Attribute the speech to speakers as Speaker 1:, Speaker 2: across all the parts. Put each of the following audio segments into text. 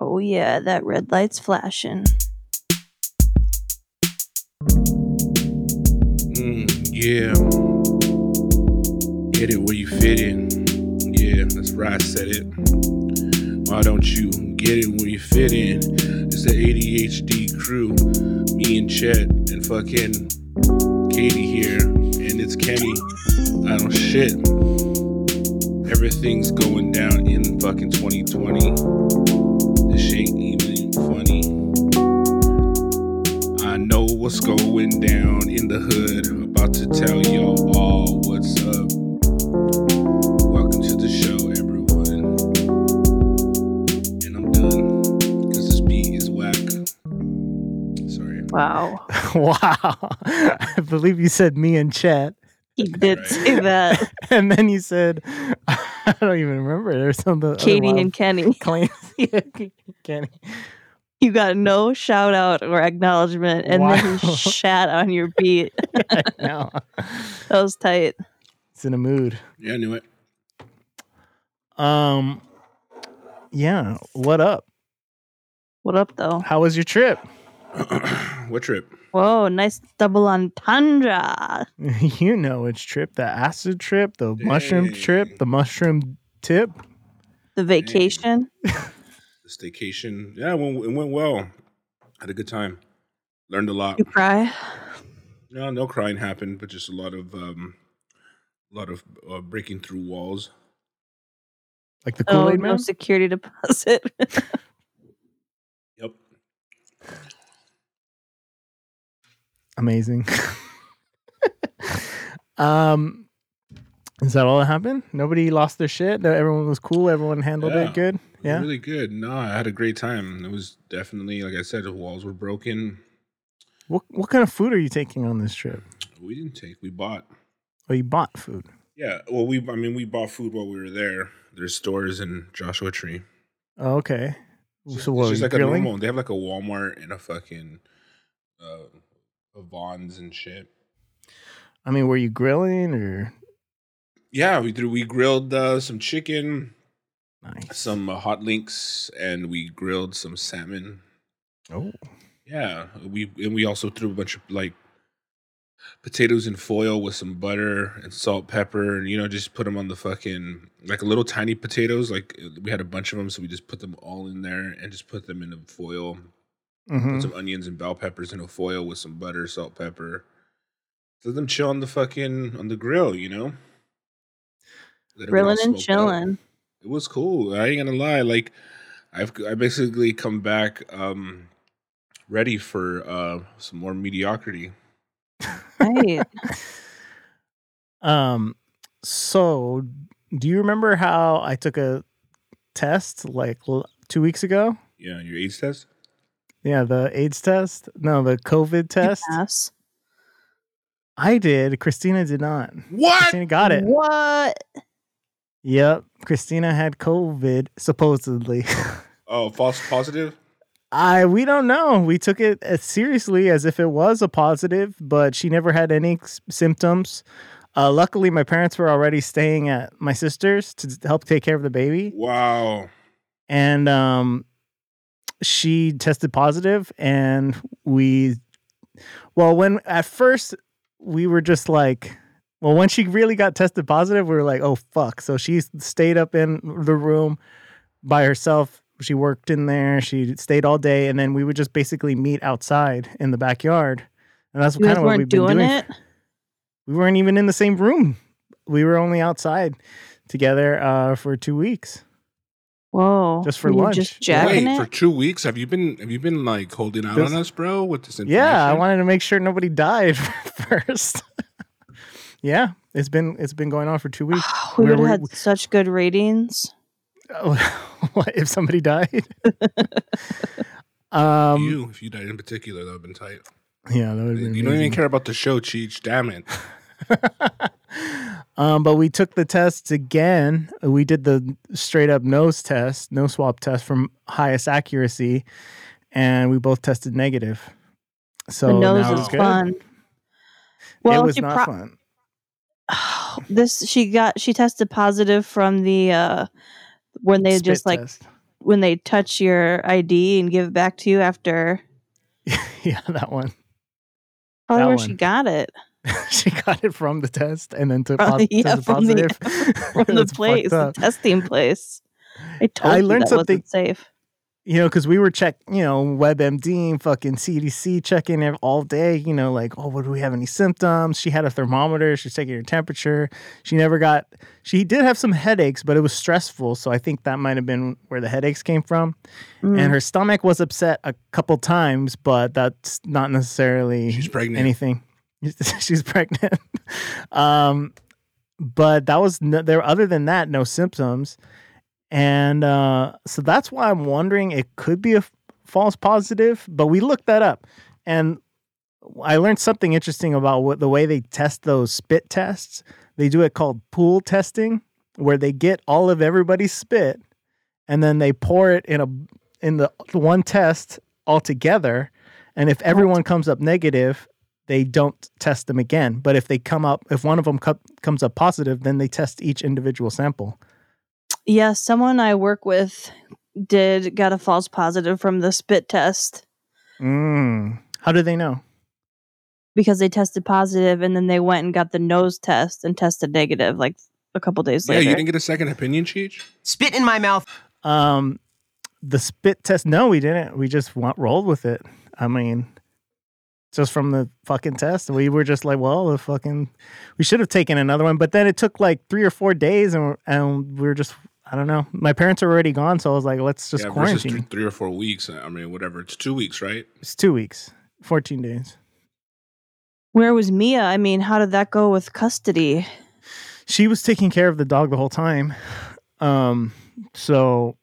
Speaker 1: Oh, yeah, that red light's flashing.
Speaker 2: Mm, yeah. Get it where you fit in. Yeah, that's right, I said it. Why don't you get it where you fit in? It's the ADHD crew, me and Chet, and fucking Katie here, and it's Kenny. I don't shit. Everything's going down in fucking 2020. This ain't even funny. I know what's going down in the hood. About to tell y'all all what's up. Welcome to the show, everyone. And I'm done because this beat is whack. Sorry.
Speaker 1: Wow.
Speaker 3: wow. I believe you said me and Chet.
Speaker 1: He did say that.
Speaker 3: And then you said, I don't even remember. There's some other
Speaker 1: Katie
Speaker 3: wild
Speaker 1: and Kenny.
Speaker 3: claims. yeah, Kenny.
Speaker 1: You got no shout out or acknowledgement, and then
Speaker 3: Wow.
Speaker 1: he shat on your beat.
Speaker 3: No.
Speaker 1: That was tight.
Speaker 3: It's in a mood.
Speaker 2: Yeah, I knew it.
Speaker 3: Um, yeah. What up?
Speaker 1: What up, though?
Speaker 3: How was your trip?
Speaker 2: what trip?
Speaker 1: Whoa, nice double entendre.
Speaker 3: you know which trip. The acid trip, the mushroom
Speaker 2: Hey.
Speaker 3: trip, the mushroom tip.
Speaker 1: The vacation.
Speaker 2: This vacation. Yeah, it went, it went well. Had a good time. Learned a lot.
Speaker 1: You cry.
Speaker 2: No, no crying happened, but just a lot of, um, a lot of uh, breaking through walls.
Speaker 3: Like the
Speaker 1: Oh,
Speaker 3: Kool-Aid
Speaker 1: no
Speaker 3: man?
Speaker 1: security deposit.
Speaker 2: Yep.
Speaker 3: Amazing. um is that all that happened? Nobody lost their shit. No, Everyone was cool. Everyone handled
Speaker 2: Yeah.
Speaker 3: it good. Yeah.
Speaker 2: Really good. No, I had a great time. It was definitely, like I said, the walls were broken.
Speaker 3: What what kind of food are you taking on this trip?
Speaker 2: We didn't take, we bought.
Speaker 3: Oh, you bought food.
Speaker 2: Yeah, well, we, I mean, we bought food while we were there. There's stores in Joshua Tree.
Speaker 3: Oh, okay.
Speaker 2: It's
Speaker 3: So what were
Speaker 2: just
Speaker 3: you
Speaker 2: like a
Speaker 3: grilling?
Speaker 2: normal, they have like a Walmart and a fucking, uh, a Vons and shit.
Speaker 3: I mean, were you grilling or
Speaker 2: Yeah, we threw, we grilled uh, some chicken,
Speaker 3: nice?
Speaker 2: some uh, hot links, and we grilled some salmon.
Speaker 3: Oh,
Speaker 2: Yeah, uh, we and we also threw a bunch of like potatoes in foil with some butter and salt, pepper, and you know just put them on the fucking like little tiny potatoes. Like uh, we had a bunch of them, so we just put them all in there and just put them in the foil.
Speaker 3: hmm
Speaker 2: Put some onions and bell peppers in a foil with some butter, salt, pepper. Let them chill on the fucking on the grill, you know. Let 'em get all
Speaker 1: Grilling and
Speaker 2: smoked up
Speaker 1: chilling.
Speaker 2: it was cool. I ain't gonna lie. Like, I've I basically come back um ready for uh some more mediocrity.
Speaker 1: Right.
Speaker 3: um. So, do you remember how I took a test like l- two weeks ago?
Speaker 2: Yeah, your AIDS test.
Speaker 3: Yeah, the AIDS test. No, the COVID test.
Speaker 1: Ass.
Speaker 3: I did. Christina did not.
Speaker 2: What?
Speaker 3: Christina got it.
Speaker 1: What?
Speaker 3: Yep. Christina had COVID supposedly.
Speaker 2: Oh, false positive.
Speaker 3: I we don't know. We took it as seriously as if it was a positive, but she never had any s- symptoms. Uh, luckily, my parents were already staying at my sister's to help take care of the baby,
Speaker 2: Wow.
Speaker 3: and um, she tested positive, and we, well, when at first we were just like. Well, when she really got tested positive, we were like, "Oh fuck!" So she stayed up in the room by herself. She worked in there. She stayed all day, and then we would just basically meet outside in the backyard, and that's
Speaker 1: You
Speaker 3: kind
Speaker 1: guys
Speaker 3: of what
Speaker 1: weren't
Speaker 3: we've been
Speaker 1: doing
Speaker 3: doing.
Speaker 1: it?
Speaker 3: We weren't even in the same room. We were only outside together uh, for two weeks.
Speaker 1: Whoa.
Speaker 3: Just for
Speaker 1: You
Speaker 3: lunch.
Speaker 1: Just jacking
Speaker 2: Wait for
Speaker 1: it?
Speaker 2: two weeks. Have you been? Have you been like holding out
Speaker 3: This-
Speaker 2: on us, bro? With this information?
Speaker 3: Yeah, I wanted to make sure nobody died first. yeah, it's been it's been going on for two weeks.
Speaker 1: we
Speaker 3: Where
Speaker 1: would have
Speaker 3: we-
Speaker 1: had such good ratings.
Speaker 3: Oh, what if somebody died? um,
Speaker 2: you, if you died in particular, that would have been tight.
Speaker 3: yeah, that would be.
Speaker 2: You don't even care about the show, Cheech. Damn it.
Speaker 3: um, but we took the tests again. We did the straight up nose test, nose swab test from highest accuracy, and we both tested negative. So
Speaker 1: the nose
Speaker 3: now
Speaker 1: is
Speaker 3: it's good.
Speaker 1: fun.
Speaker 3: it was
Speaker 1: she pro-
Speaker 3: not fun.
Speaker 1: this she got she tested positive from the uh when they
Speaker 3: Spit
Speaker 1: just like
Speaker 3: test.
Speaker 1: when they touch your ID and give it back to you after.
Speaker 3: yeah, that one.
Speaker 1: Probably
Speaker 3: That
Speaker 1: where
Speaker 3: one.
Speaker 1: she got it
Speaker 3: she got it from the test and then took
Speaker 1: From-
Speaker 3: pos-
Speaker 1: yeah,
Speaker 3: tested
Speaker 1: from the-
Speaker 3: positive
Speaker 1: from the
Speaker 3: It's fucked
Speaker 1: place, the
Speaker 3: up.
Speaker 1: testing place. I told
Speaker 3: I
Speaker 1: you
Speaker 3: learned
Speaker 1: that
Speaker 3: something-
Speaker 1: wasn't safe.
Speaker 3: you know, because we were check, you know, WebMD, fucking CDC checking it all day, you know, like, oh, would we have any symptoms? She had a thermometer. She's taking her temperature. She never got, she did have some headaches, but it was stressful. So I think that might have been where the headaches came from.
Speaker 1: Mm.
Speaker 3: And her stomach was upset a couple times, but that's not necessarily
Speaker 2: She's pregnant.
Speaker 3: anything. She's pregnant. um, but that was no, there. Other than that, no symptoms, and uh, so that's why I'm wondering it could be a f- false positive. But we looked that up, and I learned something interesting about what the way they test those spit tests. They do it called pool testing, where they get all of everybody's spit, and then they pour it in a in the one test all together. And if everyone comes up negative, they don't test them again. But if they come up, if one of them co- comes up positive, then they test each individual sample.
Speaker 1: Yeah, someone I work with did got a false positive from the spit test
Speaker 3: Mm. How do they know?
Speaker 1: because they tested positive and then they went and got the nose test and tested negative like a couple days
Speaker 2: Yeah,
Speaker 1: later.
Speaker 2: you didn't get a second opinion, Cheech?
Speaker 4: Spit in my mouth.
Speaker 3: Um, the spit test? No, we didn't. We just wa- rolled with it. I mean, just from the fucking test, we were just like, well, the fucking, we should have taken another one. But then it took like three or four days, and and we were just, I don't know. My parents are already gone, so I was like, let's just
Speaker 2: yeah, versus
Speaker 3: quarantine.
Speaker 2: three, three or four weeks. I mean, whatever. It's two weeks, right?
Speaker 3: it's two weeks, fourteen days.
Speaker 1: Where was Mia? I mean, how did that go with custody?
Speaker 3: she was taking care of the dog the whole time. Um, so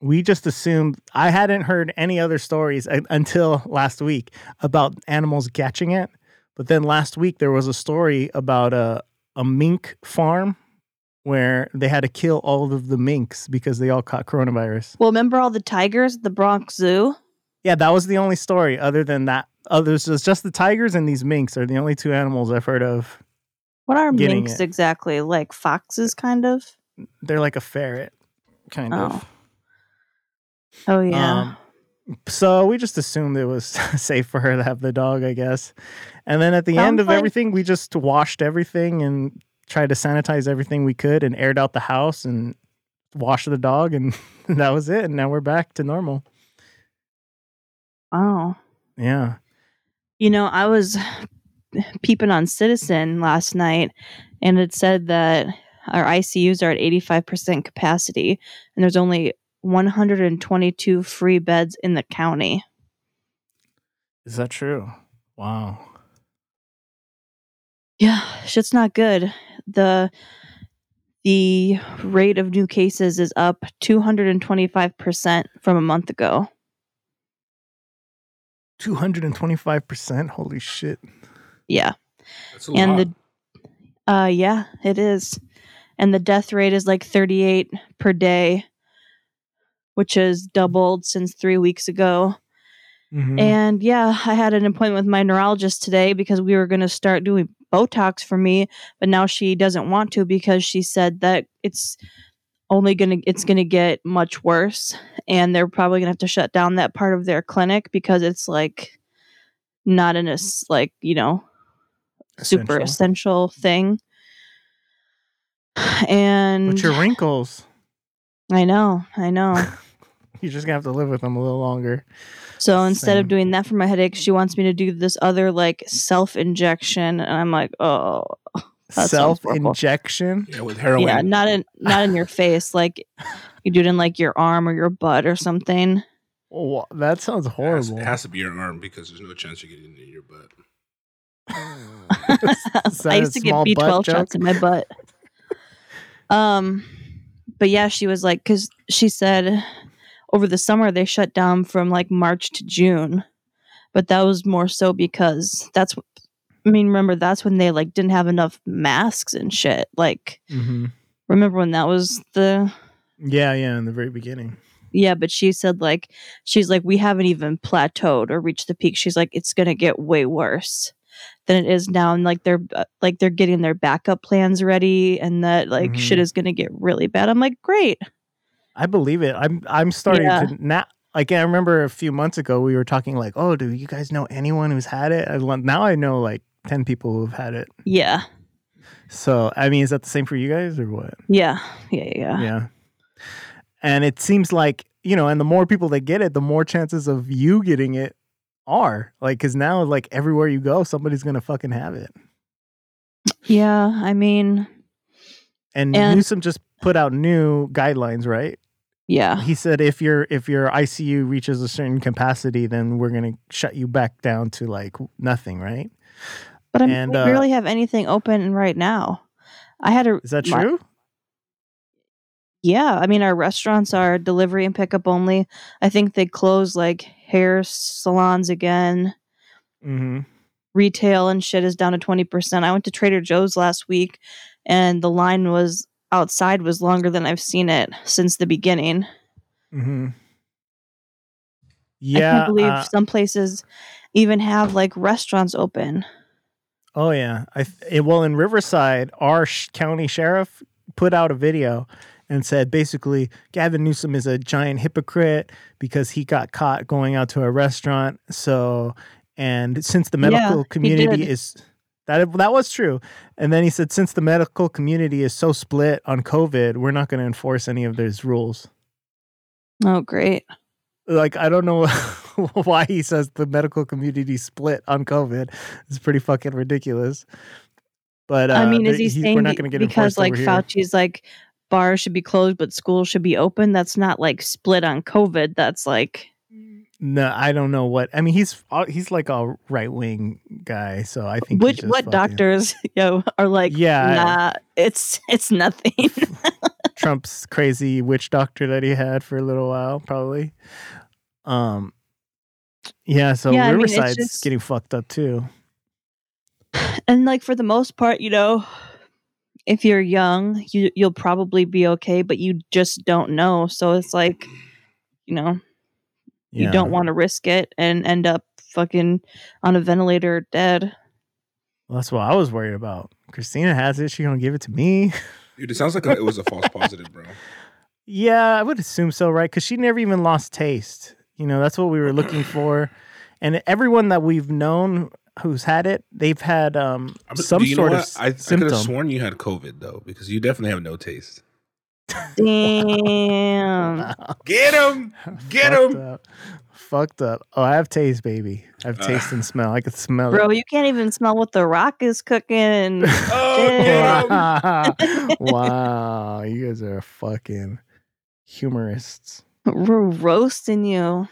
Speaker 3: we just assumed I hadn't heard any other stories uh, until last week about animals catching it. But then last week there was a story about a a mink farm where they had to kill all of the minks because they all caught coronavirus.
Speaker 1: Well, remember all the tigers at the Bronx Zoo?
Speaker 3: Yeah, that was the only story other than that. Others it's just the tigers and these minks are the only two animals I've heard of.
Speaker 1: What are
Speaker 3: Getting
Speaker 1: minks
Speaker 3: it.
Speaker 1: exactly? Like foxes, kind of?
Speaker 3: They're like a ferret, kind
Speaker 1: Oh.
Speaker 3: of.
Speaker 1: Oh, yeah.
Speaker 3: Um, so we just assumed it was safe for her to have the dog, I guess. And then at the end
Speaker 1: Sounds
Speaker 3: of
Speaker 1: like-
Speaker 3: everything, we just washed everything and tried to sanitize everything we could and aired out the house and washed the dog. And that was it. And now we're back to normal.
Speaker 1: wow.
Speaker 3: Yeah.
Speaker 1: You know, I was peeping on Citizen last night, and it said that our ICUs are at 85% capacity, and there's only 122 free beds in the county.
Speaker 3: Is that true? Wow.
Speaker 1: Yeah, shit's not good. The the rate of new cases is up 225% from a month ago.
Speaker 3: 225%. Holy shit.
Speaker 1: Yeah.
Speaker 2: That's a
Speaker 1: and
Speaker 2: lot.
Speaker 1: the uh yeah it is and the death rate is like 38 per day which has doubled since three weeks ago
Speaker 3: Mm-hmm.
Speaker 1: and yeah i had an appointment with my neurologist today because we were going to start doing botox for me but now she doesn't want to because she said that it's only going to it's going to get much worse and they're probably going to have to shut down that part of their clinic because it's like not in a s- like you know super essential thing. And
Speaker 3: But your wrinkles,
Speaker 1: I know, I know.
Speaker 3: you're just going to have to live with them a little longer.
Speaker 1: So instead
Speaker 3: Same.
Speaker 1: of doing that for my headache, she wants me to do this other like self injection, and I'm like, oh, sounds horrible.
Speaker 3: Self injection.
Speaker 2: yeah, with heroin.
Speaker 1: yeah, not in not in your face, like you do it in like your arm or your butt or something.
Speaker 3: Wha- that sounds
Speaker 2: It has,
Speaker 3: horrible.
Speaker 2: it has to be your arm because there's no chance you're getting it in your butt.
Speaker 3: Is that
Speaker 1: I
Speaker 3: a
Speaker 1: used to get
Speaker 3: small butt
Speaker 1: B12
Speaker 3: joke?
Speaker 1: shots in my butt. Um, but yeah, she was like, because she said over the summer they shut down from like March to June, but that was more so because that's, I mean, remember that's when they like didn't have enough masks and shit. Like,
Speaker 3: Mhm.
Speaker 1: remember when that was the
Speaker 3: Yeah, yeah, in the very beginning.
Speaker 1: yeah, but she said like she's like we haven't even plateaued or reached the peak. She's like it's going to get way worse than it is now and like they're uh, like they're getting their backup plans ready and that like shit
Speaker 3: Mhm.
Speaker 1: is going to get really bad. I'm like, "Great.
Speaker 3: I believe it. I'm I'm starting
Speaker 1: Yeah.
Speaker 3: to now. Like I remember a few months ago, we were talking like, "Oh, do you guys know anyone who's had it?" I, lo- now I know like ten people who've had it.
Speaker 1: Yeah.
Speaker 3: So I mean, is that the same for you guys or what?
Speaker 1: Yeah. Yeah. Yeah. yeah.
Speaker 3: yeah. And it seems like you know, and the more people that get it, the more chances of you getting it are like because now like everywhere you go, somebody's gonna fucking have it.
Speaker 1: I mean,
Speaker 3: And,
Speaker 1: And-
Speaker 3: Newsom just put out new guidelines, right?
Speaker 1: yeah.
Speaker 3: He said if your if your ICU reaches a certain capacity, then we're gonna shut you back down to like nothing, right?
Speaker 1: But I mean,
Speaker 3: And,
Speaker 1: we
Speaker 3: uh,
Speaker 1: barely have anything open right now. I had a
Speaker 3: Is that
Speaker 1: My-
Speaker 3: true?
Speaker 1: yeah. I mean, our restaurants are delivery and pickup only. I think they close like hair salons again.
Speaker 3: Mm-hmm.
Speaker 1: retail and shit is down to 20%. I went to Trader Joe's last week and the line was outside was longer than I've seen it since the beginning.
Speaker 3: Mm-hmm.
Speaker 1: I
Speaker 3: Yeah.
Speaker 1: can't believe
Speaker 3: uh,
Speaker 1: some places even have like restaurants open.
Speaker 3: Oh yeah, I th- it, well in Riverside, our sh- county sheriff put out a video and said basically Gavin Newsom is a giant hypocrite because he got caught going out to a restaurant. So, and since the
Speaker 1: Yeah,
Speaker 3: medical
Speaker 1: he
Speaker 3: community
Speaker 1: did.
Speaker 3: is that that was true, and then he said since the medical community is so split on COVID, we're not going to enforce any of those rules.
Speaker 1: Oh, great.
Speaker 3: Like I don't know why he says the medical community split on COVID. It's pretty fucking ridiculous. But uh,
Speaker 1: I mean, is
Speaker 3: there-
Speaker 1: he
Speaker 3: he's-
Speaker 1: saying
Speaker 3: we're not
Speaker 1: be-
Speaker 3: going to get
Speaker 1: because
Speaker 3: enforced
Speaker 1: like
Speaker 3: over here.
Speaker 1: Fauci's like bars should be closed but schools should be open? That's not like split on COVID. That's like,
Speaker 3: No, I don't know what. I mean, he's uh, he's like a right wing guy, so I think he's
Speaker 1: which
Speaker 3: just
Speaker 1: what
Speaker 3: fucking-
Speaker 1: doctors yo are like
Speaker 3: Yeah, I-
Speaker 1: nah it's it's nothing
Speaker 3: Trump's crazy witch doctor that he had for a little while, probably. Um, yeah. So
Speaker 1: Yeah, I mean, it's
Speaker 3: Riverside's
Speaker 1: just-
Speaker 3: getting fucked up too.
Speaker 1: and like for the most part you know if you're young you you'll probably be okay but you just don't know so it's like you know you
Speaker 3: Yeah.
Speaker 1: don't want to risk it and end up fucking on a ventilator dead
Speaker 3: Well, that's what I was worried about. Christina has it. She gonna give it to me.
Speaker 2: Dude, it sounds like a, it was a false positive, bro.
Speaker 3: Yeah, I would assume so, right? Because she never even lost taste. You know, that's what we were looking for. And everyone that we've known who's had it, they've had um,
Speaker 2: I'm-
Speaker 3: some
Speaker 2: do you know
Speaker 3: sort of
Speaker 2: what?
Speaker 3: s-
Speaker 2: I, I could have
Speaker 3: symptom.
Speaker 2: sworn you had COVID though, because you definitely have no taste.
Speaker 1: damn
Speaker 3: Wow.
Speaker 2: Get him! Get
Speaker 3: Fucked
Speaker 2: him!
Speaker 3: up. Fucked up. Oh, I have taste, baby. I have
Speaker 2: Uh.
Speaker 3: taste and smell. I could smell
Speaker 1: bro you can't even smell what the rock is cooking and
Speaker 2: Oh,
Speaker 3: it.
Speaker 2: get him!
Speaker 3: Wow. wow. You guys are fucking humorists.
Speaker 1: we're roasting you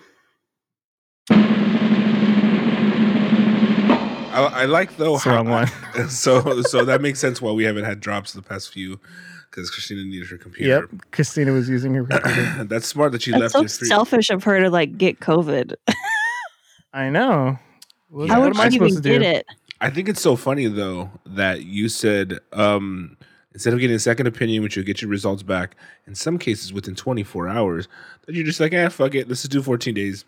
Speaker 2: I, I like though
Speaker 3: That's the wrong one.
Speaker 2: so so that makes sense why we haven't had drops the past few because Christina needed her computer.
Speaker 3: Yep. Christina was using her computer.
Speaker 2: That's smart that she
Speaker 1: that's
Speaker 2: left
Speaker 1: so
Speaker 2: your three.
Speaker 1: selfish of her to like get covid
Speaker 3: I know. What,
Speaker 2: Yeah,
Speaker 1: how
Speaker 2: what
Speaker 1: would
Speaker 2: am I
Speaker 1: she even get it
Speaker 2: I think it's so funny though that you said um, instead of getting a second opinion, which you'll get your results back in some cases within 24 hours, that you're just like, ah, fuck it, let's just do 14 days.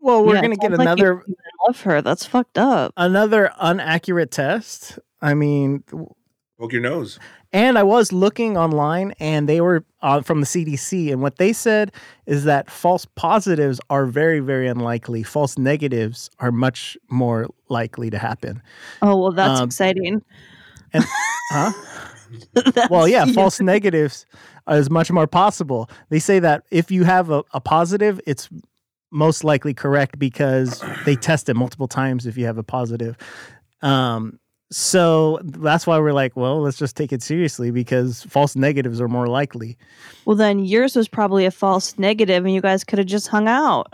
Speaker 3: Well, we're
Speaker 1: Yeah, it
Speaker 3: gonna get
Speaker 1: sounds like you
Speaker 3: another Uh,
Speaker 1: don't even love her that's fucked up
Speaker 3: another inaccurate test. I mean,
Speaker 2: Poke your nose.
Speaker 3: and I was looking online, and they were uh, from the CDC, and what they said is that false positives are very, very unlikely. False negatives are much more likely to happen.
Speaker 1: oh well that's
Speaker 3: Um,
Speaker 1: exciting
Speaker 3: Huh?
Speaker 1: That's-
Speaker 3: well, yeah, false negatives is much more possible. They say that if you have a, a positive, it's most likely correct because they test it multiple times if you have a positive. Um, so that's why we're like, well, let's just take it seriously because false negatives are more likely.
Speaker 1: Well, then yours was probably a false negative, and you guys could have just hung out.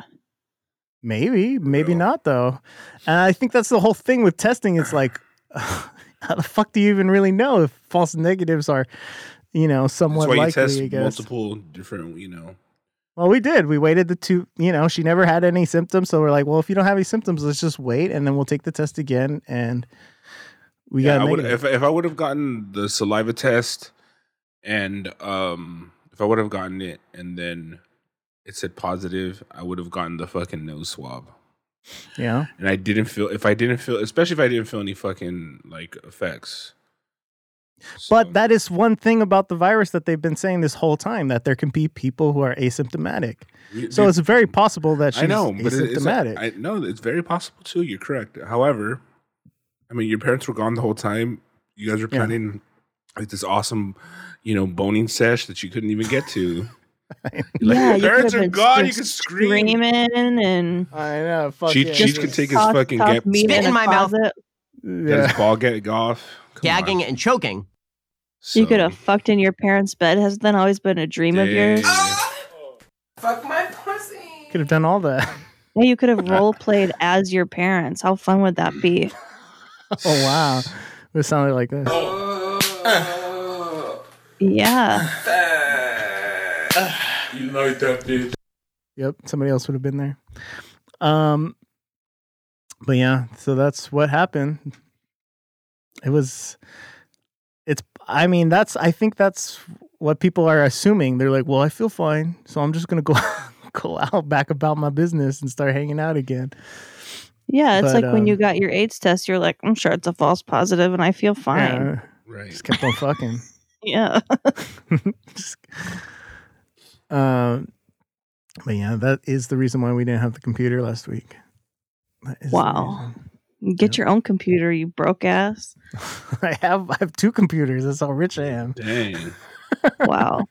Speaker 3: Maybe, maybe
Speaker 2: Yeah.
Speaker 3: not though. And I think that's the whole thing with testing. It's like, how the fuck do you even really know if false negatives are, you know,
Speaker 2: That's
Speaker 3: somewhat
Speaker 2: why you
Speaker 3: likely?
Speaker 2: test
Speaker 3: I guess.
Speaker 2: multiple different, you know.
Speaker 3: Well, we did. We waited the two, you know, she never had any symptoms. So we're like, well, if you don't have any symptoms, let's just wait and then we'll take the test again. And we
Speaker 2: Yeah, I
Speaker 3: got
Speaker 2: would,
Speaker 3: negative.
Speaker 2: if, if I would have gotten the saliva test and um, if I would have gotten it and then it said positive, I would have gotten the fucking nose swab.
Speaker 3: yeah.
Speaker 2: and I didn't feel if I didn't feel especially if I didn't feel any fucking like effects.
Speaker 3: But that is one thing about the virus that they've been saying this whole time that there can be people who are asymptomatic. So it's very possible that she's
Speaker 2: I know, but it- it's
Speaker 3: asymptomatic.
Speaker 2: I know it's very possible too. You're correct. However, I mean, your parents were gone the whole time. You guys were
Speaker 3: Yeah.
Speaker 2: planning like this awesome, you know, boning sesh that you couldn't even get to. Like,
Speaker 1: yeah,
Speaker 2: your parents
Speaker 1: could've
Speaker 2: are
Speaker 1: been
Speaker 2: gone. You
Speaker 1: just
Speaker 2: can scream.
Speaker 1: screaming and
Speaker 3: I, know. Fuck
Speaker 2: Cheech-
Speaker 3: yeah,
Speaker 2: Cheech
Speaker 3: this
Speaker 2: could
Speaker 3: is-
Speaker 2: take his
Speaker 1: toss-
Speaker 2: fucking
Speaker 1: toss
Speaker 2: gap-
Speaker 1: meat
Speaker 2: Spit
Speaker 4: in
Speaker 1: a
Speaker 4: my mouth.
Speaker 1: closet.
Speaker 2: Got
Speaker 3: Yeah.
Speaker 2: his ball gag off. Come
Speaker 5: gagging
Speaker 2: on.
Speaker 5: and choking.
Speaker 1: You
Speaker 2: So-
Speaker 1: could have fucked in your parents' bed. Hasn't that always been a dream of yours?
Speaker 2: Yeah.
Speaker 4: Fuck my pussy.
Speaker 3: Could have done all that.
Speaker 1: Yeah, you could have role played as your parents. How fun would that be?
Speaker 3: Oh wow, it sounded like this.
Speaker 1: Yeah.
Speaker 2: You like that bitch.
Speaker 3: Yep, somebody else would have been there. Um, but yeah, so that's what happened. It was, it's. I mean, that's. I think that's what people are assuming. They're like, well, I feel fine, so I'm just gonna go go out back about my business and start hanging out again.
Speaker 1: Yeah, it's
Speaker 3: But,
Speaker 1: like when you
Speaker 3: um,
Speaker 1: got your AIDS test, you're like, I'm sure it's a false positive and I feel fine.
Speaker 3: Yeah,
Speaker 2: Right.
Speaker 3: Uh, just kept on fucking.
Speaker 1: Yeah.
Speaker 3: Just- um, but yeah, that is the reason why we didn't have the computer last week. That is the
Speaker 1: Wow.
Speaker 3: reason.
Speaker 1: Get
Speaker 3: Yep.
Speaker 1: your own computer, you broke ass.
Speaker 3: I have I have two computers. That's how rich I am.
Speaker 2: Dang.
Speaker 1: Wow.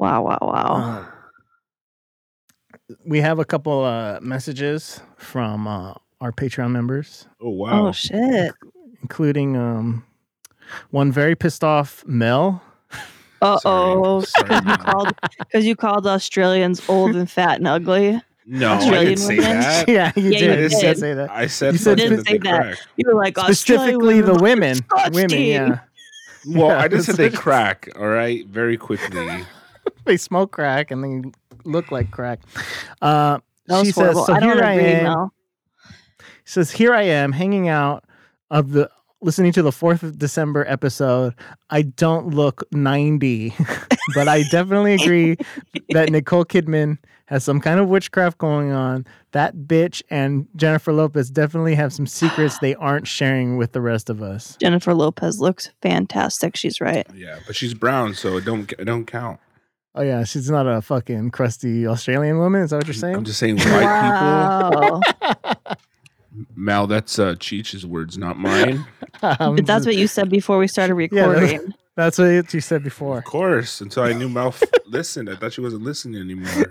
Speaker 1: wow, wow, wow.
Speaker 3: Uh, we have a couple uh, messages from uh, our Patreon members,
Speaker 2: Oh
Speaker 1: Oh,
Speaker 2: wow.
Speaker 1: shit.
Speaker 3: including um, one very pissed off Mel.
Speaker 1: Uh oh.
Speaker 2: Sorry. Sorry, Mel.
Speaker 1: Because you called Australians old and fat and ugly.
Speaker 2: no, I
Speaker 1: Australian
Speaker 2: didn't say
Speaker 1: women?
Speaker 2: that.
Speaker 3: Uh, yeah, you
Speaker 1: Yeah, you
Speaker 3: did. You
Speaker 1: did.
Speaker 3: did say that.
Speaker 2: I said
Speaker 3: You said
Speaker 2: fucking
Speaker 1: didn't say
Speaker 2: they
Speaker 1: that.
Speaker 2: crack.
Speaker 1: You were like,
Speaker 3: Specifically,
Speaker 1: Australian
Speaker 3: the women. Women,
Speaker 1: disgusting.
Speaker 3: yeah.
Speaker 2: Well,
Speaker 3: Yeah,
Speaker 2: I just said
Speaker 3: that's
Speaker 2: they
Speaker 3: what-
Speaker 2: crack. All right, very quickly.
Speaker 3: They smoke crack and they look like crack. Uh,
Speaker 1: That was
Speaker 3: she says,
Speaker 1: horrible.
Speaker 3: "So
Speaker 1: I don't
Speaker 3: here I
Speaker 1: agree,
Speaker 3: am."
Speaker 1: Mel.
Speaker 3: says here i am hanging out of the listening to the 4th of december episode i don't look 90 but i definitely agree that nicole kidman has some kind of witchcraft going on that bitch and jennifer lopez definitely have some secrets they aren't sharing with the rest of us
Speaker 1: Jennifer Lopez looks fantastic. She's right.
Speaker 2: Yeah, but she's brown, so it don't it don't count.
Speaker 3: oh yeah she's not a fucking crusty australian woman is that what you're saying
Speaker 2: I'm just saying white
Speaker 1: wow.
Speaker 2: people. Mal, that's uh, Cheech's words, not mine.
Speaker 3: Um,
Speaker 1: But that's what you said before we started
Speaker 3: Yeah, that's-
Speaker 1: recording.
Speaker 3: that's what you said before
Speaker 2: Of course. Until I knew Mal f- listened, I thought she wasn't listening anymore.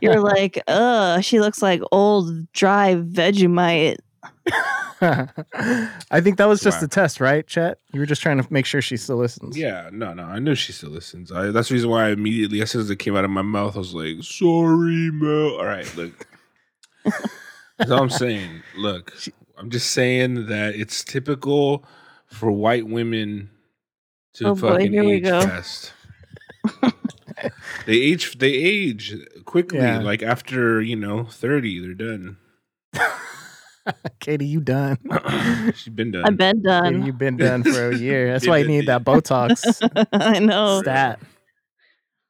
Speaker 1: You're like, uh, she looks like old dry Vegemite.
Speaker 3: i think that was just
Speaker 2: Wow.
Speaker 3: a test right chet you were just trying to make sure she still listens
Speaker 2: Yeah, no, no, I knew she still listens. I, that's the reason why I immediately, as soon as it came out of my mouth, I was like, "Sorry, Mal." All right, look. that's all I'm saying. Look, I'm just saying that it's typical for white women to
Speaker 1: Oh, boy,
Speaker 2: fucking
Speaker 1: here we
Speaker 2: age
Speaker 1: go.
Speaker 2: fast. they age. They age quickly.
Speaker 3: Yeah.
Speaker 2: Like after you know thirty, they're done.
Speaker 3: Katie, you done.
Speaker 2: She's been done.
Speaker 1: I've been
Speaker 3: Katie,
Speaker 1: done.
Speaker 3: you've been done for a year. That's why you need that Botox
Speaker 1: I
Speaker 2: Oh.
Speaker 1: know.
Speaker 3: stat.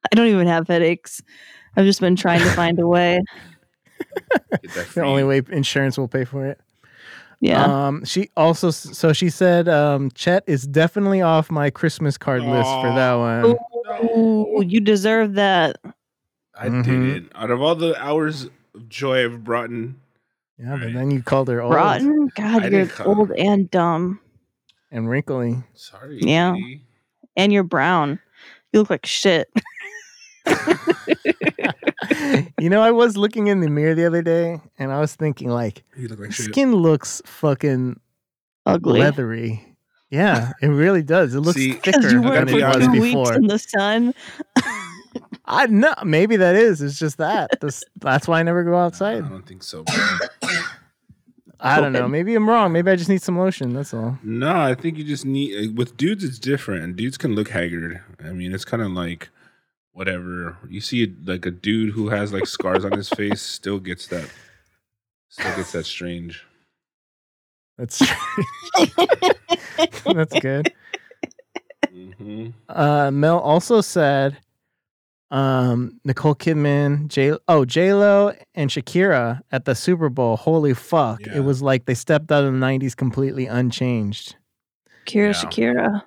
Speaker 1: I don't even have headaches. I've just been trying to find a way.
Speaker 2: Get that
Speaker 3: The only way insurance will pay for it.
Speaker 1: Yeah.
Speaker 3: Um, she also, so she said, um, Chet is definitely off my Christmas card list for that one.
Speaker 1: Ooh, you deserve that.
Speaker 2: I
Speaker 3: Mhm.
Speaker 2: didn't. Out of all the hours of joy I've brought in,
Speaker 3: Yeah, but then you called her old
Speaker 1: Rotten?
Speaker 2: I
Speaker 1: God, you're
Speaker 2: didn't cut it.
Speaker 1: old and dumb.
Speaker 3: and wrinkly.
Speaker 2: sorry.
Speaker 1: Yeah.
Speaker 2: Katie.
Speaker 1: And you're brown. You look like shit.
Speaker 3: you know, I was looking in the mirror the other day and I was thinking, like,
Speaker 2: You look like shit.
Speaker 3: skin looks fucking
Speaker 1: Ugly.
Speaker 3: leathery. Yeah, it really does. It looks
Speaker 2: See, 'Cause
Speaker 3: thicker
Speaker 1: you
Speaker 2: I
Speaker 1: went
Speaker 2: gotta
Speaker 3: than
Speaker 1: for
Speaker 2: be
Speaker 1: two
Speaker 2: honest.
Speaker 3: it was
Speaker 1: weeks
Speaker 3: before.
Speaker 1: in the sun.
Speaker 3: I know. Maybe that is. It's just that. That's, that's why I never go
Speaker 2: I
Speaker 3: outside.
Speaker 2: don't think so. bro.
Speaker 3: I don't
Speaker 1: Okay.
Speaker 3: know. Maybe I'm wrong. Maybe I just need some lotion. That's all.
Speaker 2: no, I think you just need. uh, With dudes, it's different. Dudes can look haggard. I mean, it's kind of like whatever. You see, like a dude who has like scars on his face still gets that. Still gets that strange.
Speaker 3: That's that's good.
Speaker 2: hmm
Speaker 3: Uh, Mel also said, um, Nicole Kidman, J oh J Lo and Shakira at the Super Bowl. Holy fuck!
Speaker 2: Yeah.
Speaker 3: It was like they stepped out of the '90s completely unchanged.
Speaker 1: Shakira,
Speaker 2: Yeah.
Speaker 1: Shakira.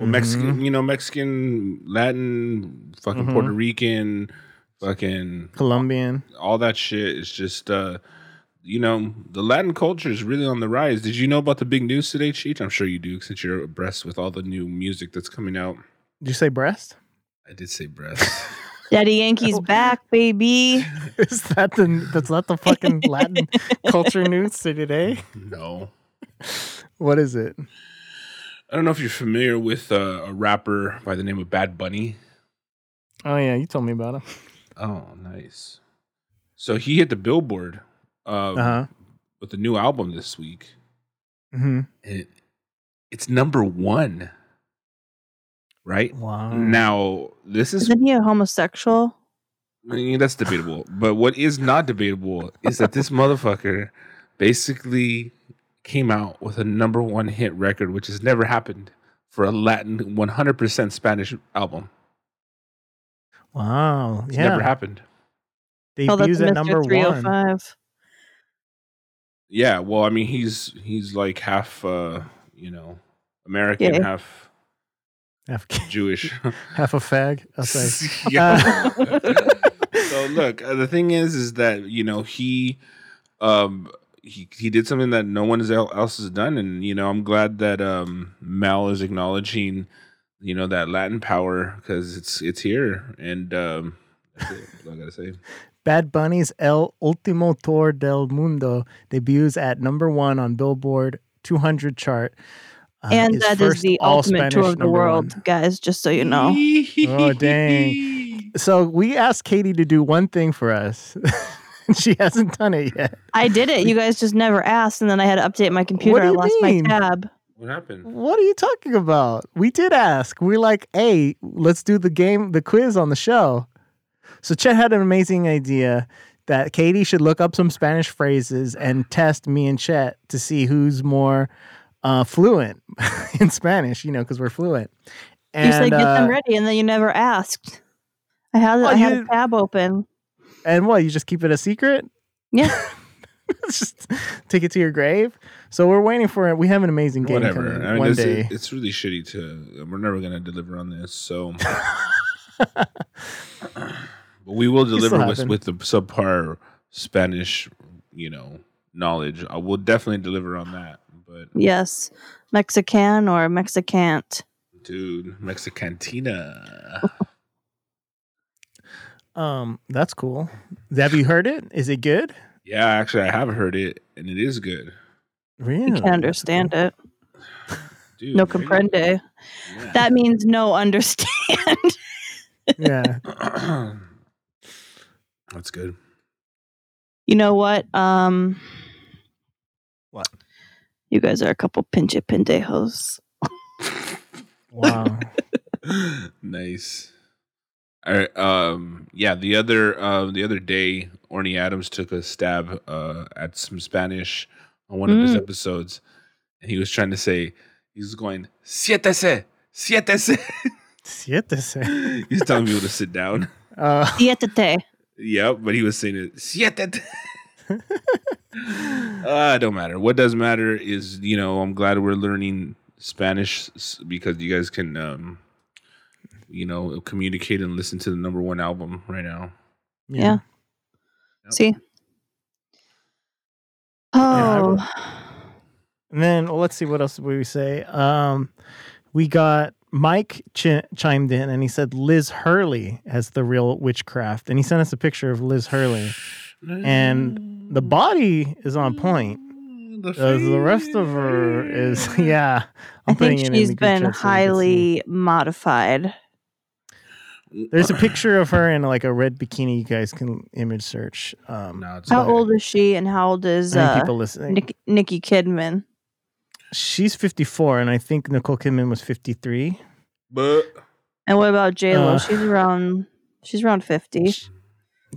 Speaker 2: Well, Mexican,
Speaker 3: Mm-hmm.
Speaker 2: you know, Mexican, Latin, fucking
Speaker 3: Mhm.
Speaker 2: Puerto Rican, fucking
Speaker 3: Colombian.
Speaker 2: all that shit is just, uh, you know, the Latin culture is really on the rise. Did you know about the big news today, Cheech? I'm sure you do, since you're abreast with all the new music that's coming out.
Speaker 3: Did you say breast?
Speaker 2: I did say breast.
Speaker 1: Daddy Yankee's back, baby.
Speaker 3: Is that the that's not the fucking Latin culture news to today?
Speaker 2: no.
Speaker 3: What is it?
Speaker 2: I don't know if you're familiar with uh, a rapper by the name of Bad Bunny.
Speaker 3: Oh yeah, you told me about him.
Speaker 2: Oh, nice. So he hit the Billboard uh,
Speaker 3: Uh huh.
Speaker 2: with a new album this week.
Speaker 3: hmm
Speaker 2: and it, it's number one right
Speaker 3: Wow.
Speaker 2: now this is
Speaker 1: Isn't he a homosexual?
Speaker 2: I mean, that's debatable but what is not debatable is that this motherfucker basically came out with a number one hit record which has never happened for a latin 100% spanish album
Speaker 3: Wow.
Speaker 2: it's
Speaker 3: yeah.
Speaker 2: never happened
Speaker 1: Oh, that's
Speaker 3: Debuts
Speaker 1: Mr.
Speaker 3: at number one.
Speaker 1: 305.
Speaker 2: yeah well i mean he's he's like half uh you know american
Speaker 1: Yeah.
Speaker 2: half
Speaker 3: Half,
Speaker 2: jewish
Speaker 3: half a fag. I'll say. Uh,
Speaker 2: Yeah. so look, uh, the thing is, is that you know he, um, he he did something that no one el- else has done, and you know I'm glad that um Mal is acknowledging, you know that Latin power because it's it's here, and um, that's it. That's all I gotta say.
Speaker 3: Bad Bunny's El Ultimo Tour del Mundo debuts at number one on Billboard 200 chart. uh,
Speaker 1: and
Speaker 3: is
Speaker 1: that is
Speaker 3: first
Speaker 1: the
Speaker 3: all
Speaker 1: ultimate tour
Speaker 3: Spanish
Speaker 1: of the
Speaker 3: number
Speaker 1: world,
Speaker 3: one.
Speaker 1: guys, just so you know.
Speaker 3: Oh, dang. So we asked Katie to do one thing for us. she hasn't done it yet.
Speaker 1: I did it. You guys just never asked, and then I had to update my computer.
Speaker 3: do
Speaker 1: I
Speaker 3: you
Speaker 1: lost
Speaker 3: mean?
Speaker 1: my tab.
Speaker 2: What happened?
Speaker 3: What are you talking about? We did ask. We're like, hey, let's do the game, the quiz on the show. So Chet had an amazing idea that Katie should look up some Spanish phrases and test me and Chet to see who's more uh, fluent in Spanish, you know, because we're fluent. And,
Speaker 1: you said get
Speaker 3: uh,
Speaker 1: them ready, and then you never asked. I had,
Speaker 3: Well,
Speaker 1: I had
Speaker 3: you-
Speaker 1: a tab open.
Speaker 3: and what, you just keep it a secret?
Speaker 1: Yeah.
Speaker 3: just take it to your grave. So we're waiting for it. We have an amazing game
Speaker 2: Whatever.
Speaker 3: coming
Speaker 2: I mean,
Speaker 3: one
Speaker 2: this,
Speaker 3: day.
Speaker 2: it's really shitty to. We're never gonna deliver on this, so. but we will
Speaker 3: still
Speaker 2: deliver with
Speaker 3: happen.
Speaker 2: with the subpar Spanish, you know, knowledge. I will definitely deliver on that. But
Speaker 1: yes. Mexican or Mexicant.
Speaker 2: dude, Mexicantina.
Speaker 3: um, that's cool. Have you heard it? Is it good?
Speaker 2: yeah, actually, I have heard it, and it is good,
Speaker 3: Really?
Speaker 1: You can't understand it.
Speaker 2: dude.
Speaker 1: No
Speaker 2: really?
Speaker 1: comprende.
Speaker 2: Yeah.
Speaker 1: That means no understand.
Speaker 3: yeah.
Speaker 2: That's good.
Speaker 1: You know what? Um,
Speaker 3: What?
Speaker 1: You guys are a couple pinche pendejos.
Speaker 3: Wow.
Speaker 2: nice. All right, um, yeah, the other uh, the other day, Orny Adams took a stab uh, at some Spanish on one of his
Speaker 1: Mm.
Speaker 2: episodes, and he was trying to say he was going siétese, siétese.
Speaker 3: Siete se.
Speaker 2: He's telling people to sit down.
Speaker 3: Uh,
Speaker 1: Siétete.
Speaker 2: Yep, but he was saying it siétete. uh, don't matter. What does matter is you know I'm glad we're learning Spanish s- because you guys can um, you know communicate and listen to the number one album right now.
Speaker 1: Yeah.
Speaker 2: Yep.
Speaker 1: See?
Speaker 3: I
Speaker 1: Oh.
Speaker 3: And then well, let's see what else did we say. Um, we got Mike chi- chimed in and he said Liz Hurley as the real witchcraft, and he sent us a picture of Liz Hurley. And The body is on point.
Speaker 2: The,
Speaker 3: Uh, the rest of her is yeah.
Speaker 1: I
Speaker 3: I'm
Speaker 1: think
Speaker 3: putting it in
Speaker 1: she's
Speaker 3: the group
Speaker 1: been
Speaker 3: chat so you can see.
Speaker 1: highly modified.
Speaker 3: There's a
Speaker 2: Uh,
Speaker 3: picture of her in like a red bikini. You guys can image search. Um,
Speaker 2: No, it's
Speaker 1: How
Speaker 2: okay.
Speaker 1: old is she and how old is
Speaker 3: I think
Speaker 1: uh,
Speaker 3: people listening.
Speaker 1: Nick- Nikki Kidman?
Speaker 3: she's 54, and I think Nicole Kidman was 53.
Speaker 2: But
Speaker 1: And what about J Lo?
Speaker 3: Uh,
Speaker 1: she's around. She's around fifty.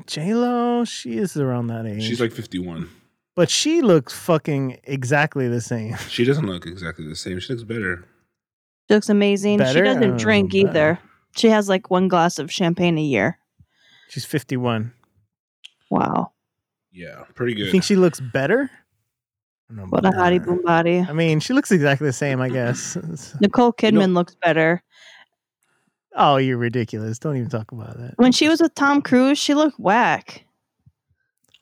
Speaker 3: J Lo, she is around that age.
Speaker 2: she's like 51.
Speaker 3: but she looks fucking exactly the same.
Speaker 2: She doesn't look exactly the same. She looks better.
Speaker 1: She looks amazing.
Speaker 3: Better?
Speaker 1: She doesn't
Speaker 3: Oh,
Speaker 1: drink
Speaker 3: better.
Speaker 1: either. She has like one glass of champagne a year.
Speaker 3: She's 51.
Speaker 1: Wow.
Speaker 2: Yeah, pretty
Speaker 3: You
Speaker 2: good.
Speaker 3: think she looks better? don't know
Speaker 1: What a
Speaker 3: about
Speaker 1: hottie
Speaker 3: that.
Speaker 1: boom body.
Speaker 3: I mean, she looks exactly the same, I guess. It's-
Speaker 1: Nicole Kidman looks better.
Speaker 3: oh, you're ridiculous. Don't even talk about that.
Speaker 1: When she was with Tom Cruise, she looked whack.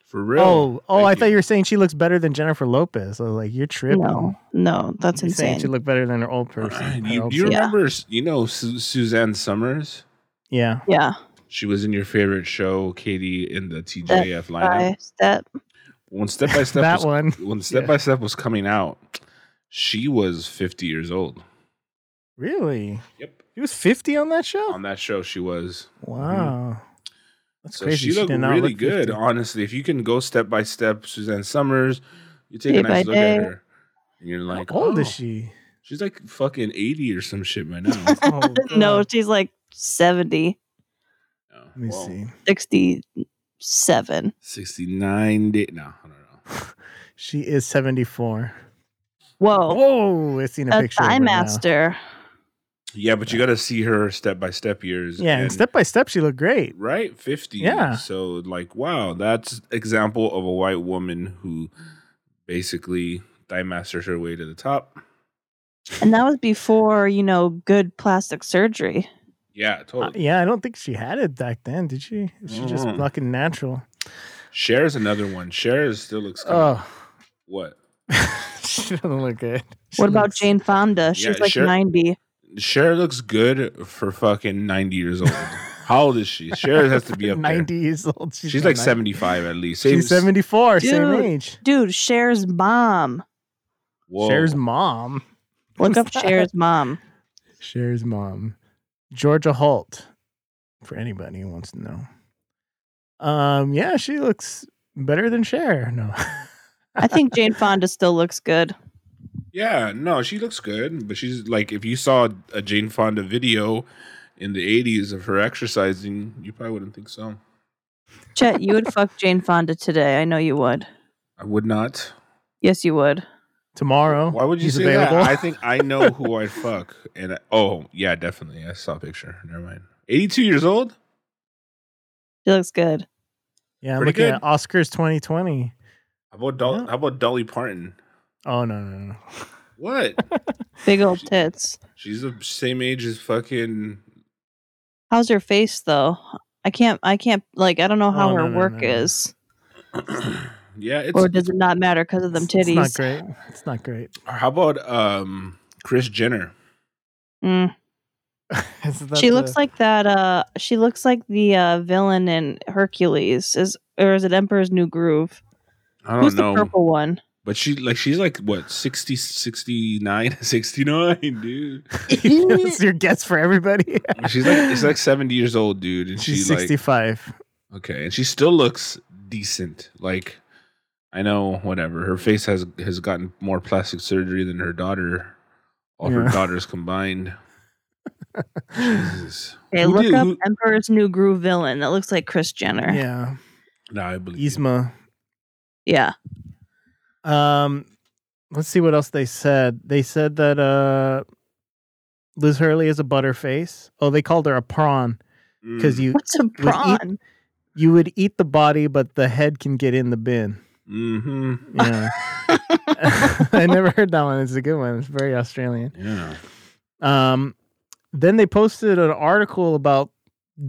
Speaker 2: For real.
Speaker 3: Oh, oh,
Speaker 2: Thank
Speaker 3: I
Speaker 2: you.
Speaker 3: thought you were saying she looks better than Jennifer Lopez. I was like, you're tripping.
Speaker 1: No, no, that's
Speaker 3: You're saying
Speaker 1: insane.
Speaker 3: she looked better than her old person. her
Speaker 2: you,
Speaker 3: old
Speaker 2: you
Speaker 3: self.
Speaker 1: Yeah.
Speaker 2: remember, you know, Su- Suzanne Summers?
Speaker 3: yeah.
Speaker 1: yeah,
Speaker 2: She was in your favorite show, Katie, in the TJF lineup.
Speaker 1: I, that
Speaker 2: When Step by Step
Speaker 3: that
Speaker 2: was,
Speaker 3: one.
Speaker 2: when Step
Speaker 3: yeah.
Speaker 2: by Step was coming out, she was 50 years old.
Speaker 3: Really?
Speaker 2: Yep.
Speaker 3: She was 50 on that show?
Speaker 2: On that show, she was.
Speaker 3: wow.
Speaker 2: Mm-hmm.
Speaker 3: That's
Speaker 2: So
Speaker 3: crazy.
Speaker 2: she looked
Speaker 3: did not
Speaker 2: really
Speaker 3: look
Speaker 2: good,
Speaker 3: 50.
Speaker 2: honestly. If you can go step by step, Suzanne Summers, you take
Speaker 1: Day
Speaker 2: a nice
Speaker 1: by
Speaker 2: look
Speaker 1: day.
Speaker 2: at her, and you're like,
Speaker 3: How old is
Speaker 2: "Oh,
Speaker 3: she?
Speaker 2: She's like fucking 80 or some shit right now.
Speaker 3: Oh,
Speaker 1: no,
Speaker 3: God.
Speaker 1: she's like 70,
Speaker 2: Oh,
Speaker 3: Let me
Speaker 2: well,
Speaker 3: see.
Speaker 1: 67.
Speaker 2: 69 day. No, I don't know.
Speaker 3: She is 74.
Speaker 1: Whoa,
Speaker 3: Whoa. I seen a
Speaker 1: Oh. a
Speaker 3: picture. of
Speaker 1: thigh
Speaker 3: her now.
Speaker 1: master.
Speaker 2: Yeah, but you got to see her step by step years.
Speaker 3: Yeah. And
Speaker 2: and-
Speaker 3: step by step, she looked great.
Speaker 2: right 50
Speaker 3: Yeah.
Speaker 2: so like wow that's example of a white woman who basically thigh mastered her way to the top
Speaker 1: And that was before, you know, good plastic surgery.
Speaker 2: yeah
Speaker 3: Uh,
Speaker 2: totally
Speaker 3: yeah. I don't think she had it back then, did she? She just
Speaker 2: Mm.
Speaker 3: fucking natural.
Speaker 2: Cher's another one Cher's still looks good.
Speaker 3: Oh.
Speaker 2: what
Speaker 3: she doesn't look good. She
Speaker 1: What about
Speaker 3: looks-
Speaker 1: Jane Fonda? She's
Speaker 2: Yeah,
Speaker 1: like
Speaker 2: sure.
Speaker 1: 90.
Speaker 2: Cher looks good for fucking 90 years old how old is she Cher has to be up 90
Speaker 3: 90 years old.
Speaker 2: she's,
Speaker 3: not
Speaker 2: like
Speaker 3: 90.
Speaker 2: 75 at least Same-
Speaker 3: She's 74, same
Speaker 1: Dude.
Speaker 3: age.
Speaker 1: Dude, Cher's mom.
Speaker 2: Whoa.
Speaker 3: Cher's mom.
Speaker 1: Look up
Speaker 3: What's
Speaker 1: Cher's mom.
Speaker 3: Cher's mom. Georgia Holt. For anybody who wants to know. Um, yeah, she looks better than Cher. No.
Speaker 1: I think Jane Fonda still looks good.
Speaker 2: yeah no she looks good but she's like if you saw a jane fonda video in the 80s of her exercising you probably wouldn't think so
Speaker 1: Chet, you would fuck Jane Fonda today. I know you would.
Speaker 2: i would not
Speaker 1: Yes, you would.
Speaker 3: Tomorrow.
Speaker 2: Why would you
Speaker 3: she's
Speaker 2: say
Speaker 3: Oh, available.
Speaker 2: that? I think I know who I fuck. And I, oh yeah, definitely. I saw a picture. Never mind. Eighty-two years old.
Speaker 1: She looks good.
Speaker 3: yeah, I'm
Speaker 2: Pretty
Speaker 3: looking at Oscars 2020.
Speaker 2: How about Dol-
Speaker 3: Yeah.
Speaker 2: How about Dolly Parton?
Speaker 3: Oh no, no, no.
Speaker 2: What?
Speaker 1: Big old tits.
Speaker 2: She's the same age as fucking.
Speaker 1: How's her face though? I can't I can't like I don't know how
Speaker 3: Oh,
Speaker 1: her
Speaker 3: no, no,
Speaker 1: work
Speaker 3: no, no.
Speaker 1: is.
Speaker 2: yeah, it's.
Speaker 1: Or does it not matter because of them
Speaker 3: It's not
Speaker 1: titties?
Speaker 3: great. It's not great.
Speaker 2: how about um Chris Jenner?
Speaker 1: Mm.
Speaker 3: Isn't that
Speaker 1: She
Speaker 3: the-
Speaker 1: looks like that uh she looks like the uh villain in Hercules. Is or is it Emperor's New Groove?
Speaker 2: I don't
Speaker 1: Who's
Speaker 2: know,
Speaker 1: the purple one?
Speaker 2: but she like she's like what 60, 69, 69, dude.
Speaker 3: That's your guess for everybody.
Speaker 2: She's like she's like seventy years old, dude, and
Speaker 3: She's
Speaker 2: she like
Speaker 3: 65.
Speaker 2: Okay, and she still looks decent. Like I know, whatever. Her face has has gotten more plastic surgery than her daughter, all her
Speaker 3: Yeah.
Speaker 2: daughters combined. Jesus.
Speaker 1: Okay,
Speaker 2: Who
Speaker 1: look
Speaker 2: did-
Speaker 1: up
Speaker 2: who-
Speaker 1: Emperor's New Groove villain. That looks like Chris Jenner. Yeah.
Speaker 3: yeah.
Speaker 2: No, I believe. you.
Speaker 3: Yzma. Um, let's see what else they said. They said that uh, Liz Hurley is a butterface. Oh, they called her a prawn because
Speaker 2: Mm,
Speaker 3: you
Speaker 1: What's a prawn?
Speaker 3: you would eat the body, but the head can get in the bin.
Speaker 2: mhm.
Speaker 3: Yeah, I never heard that one. It's a good one. It's very Australian.
Speaker 2: Yeah.
Speaker 3: Um, then they posted an article about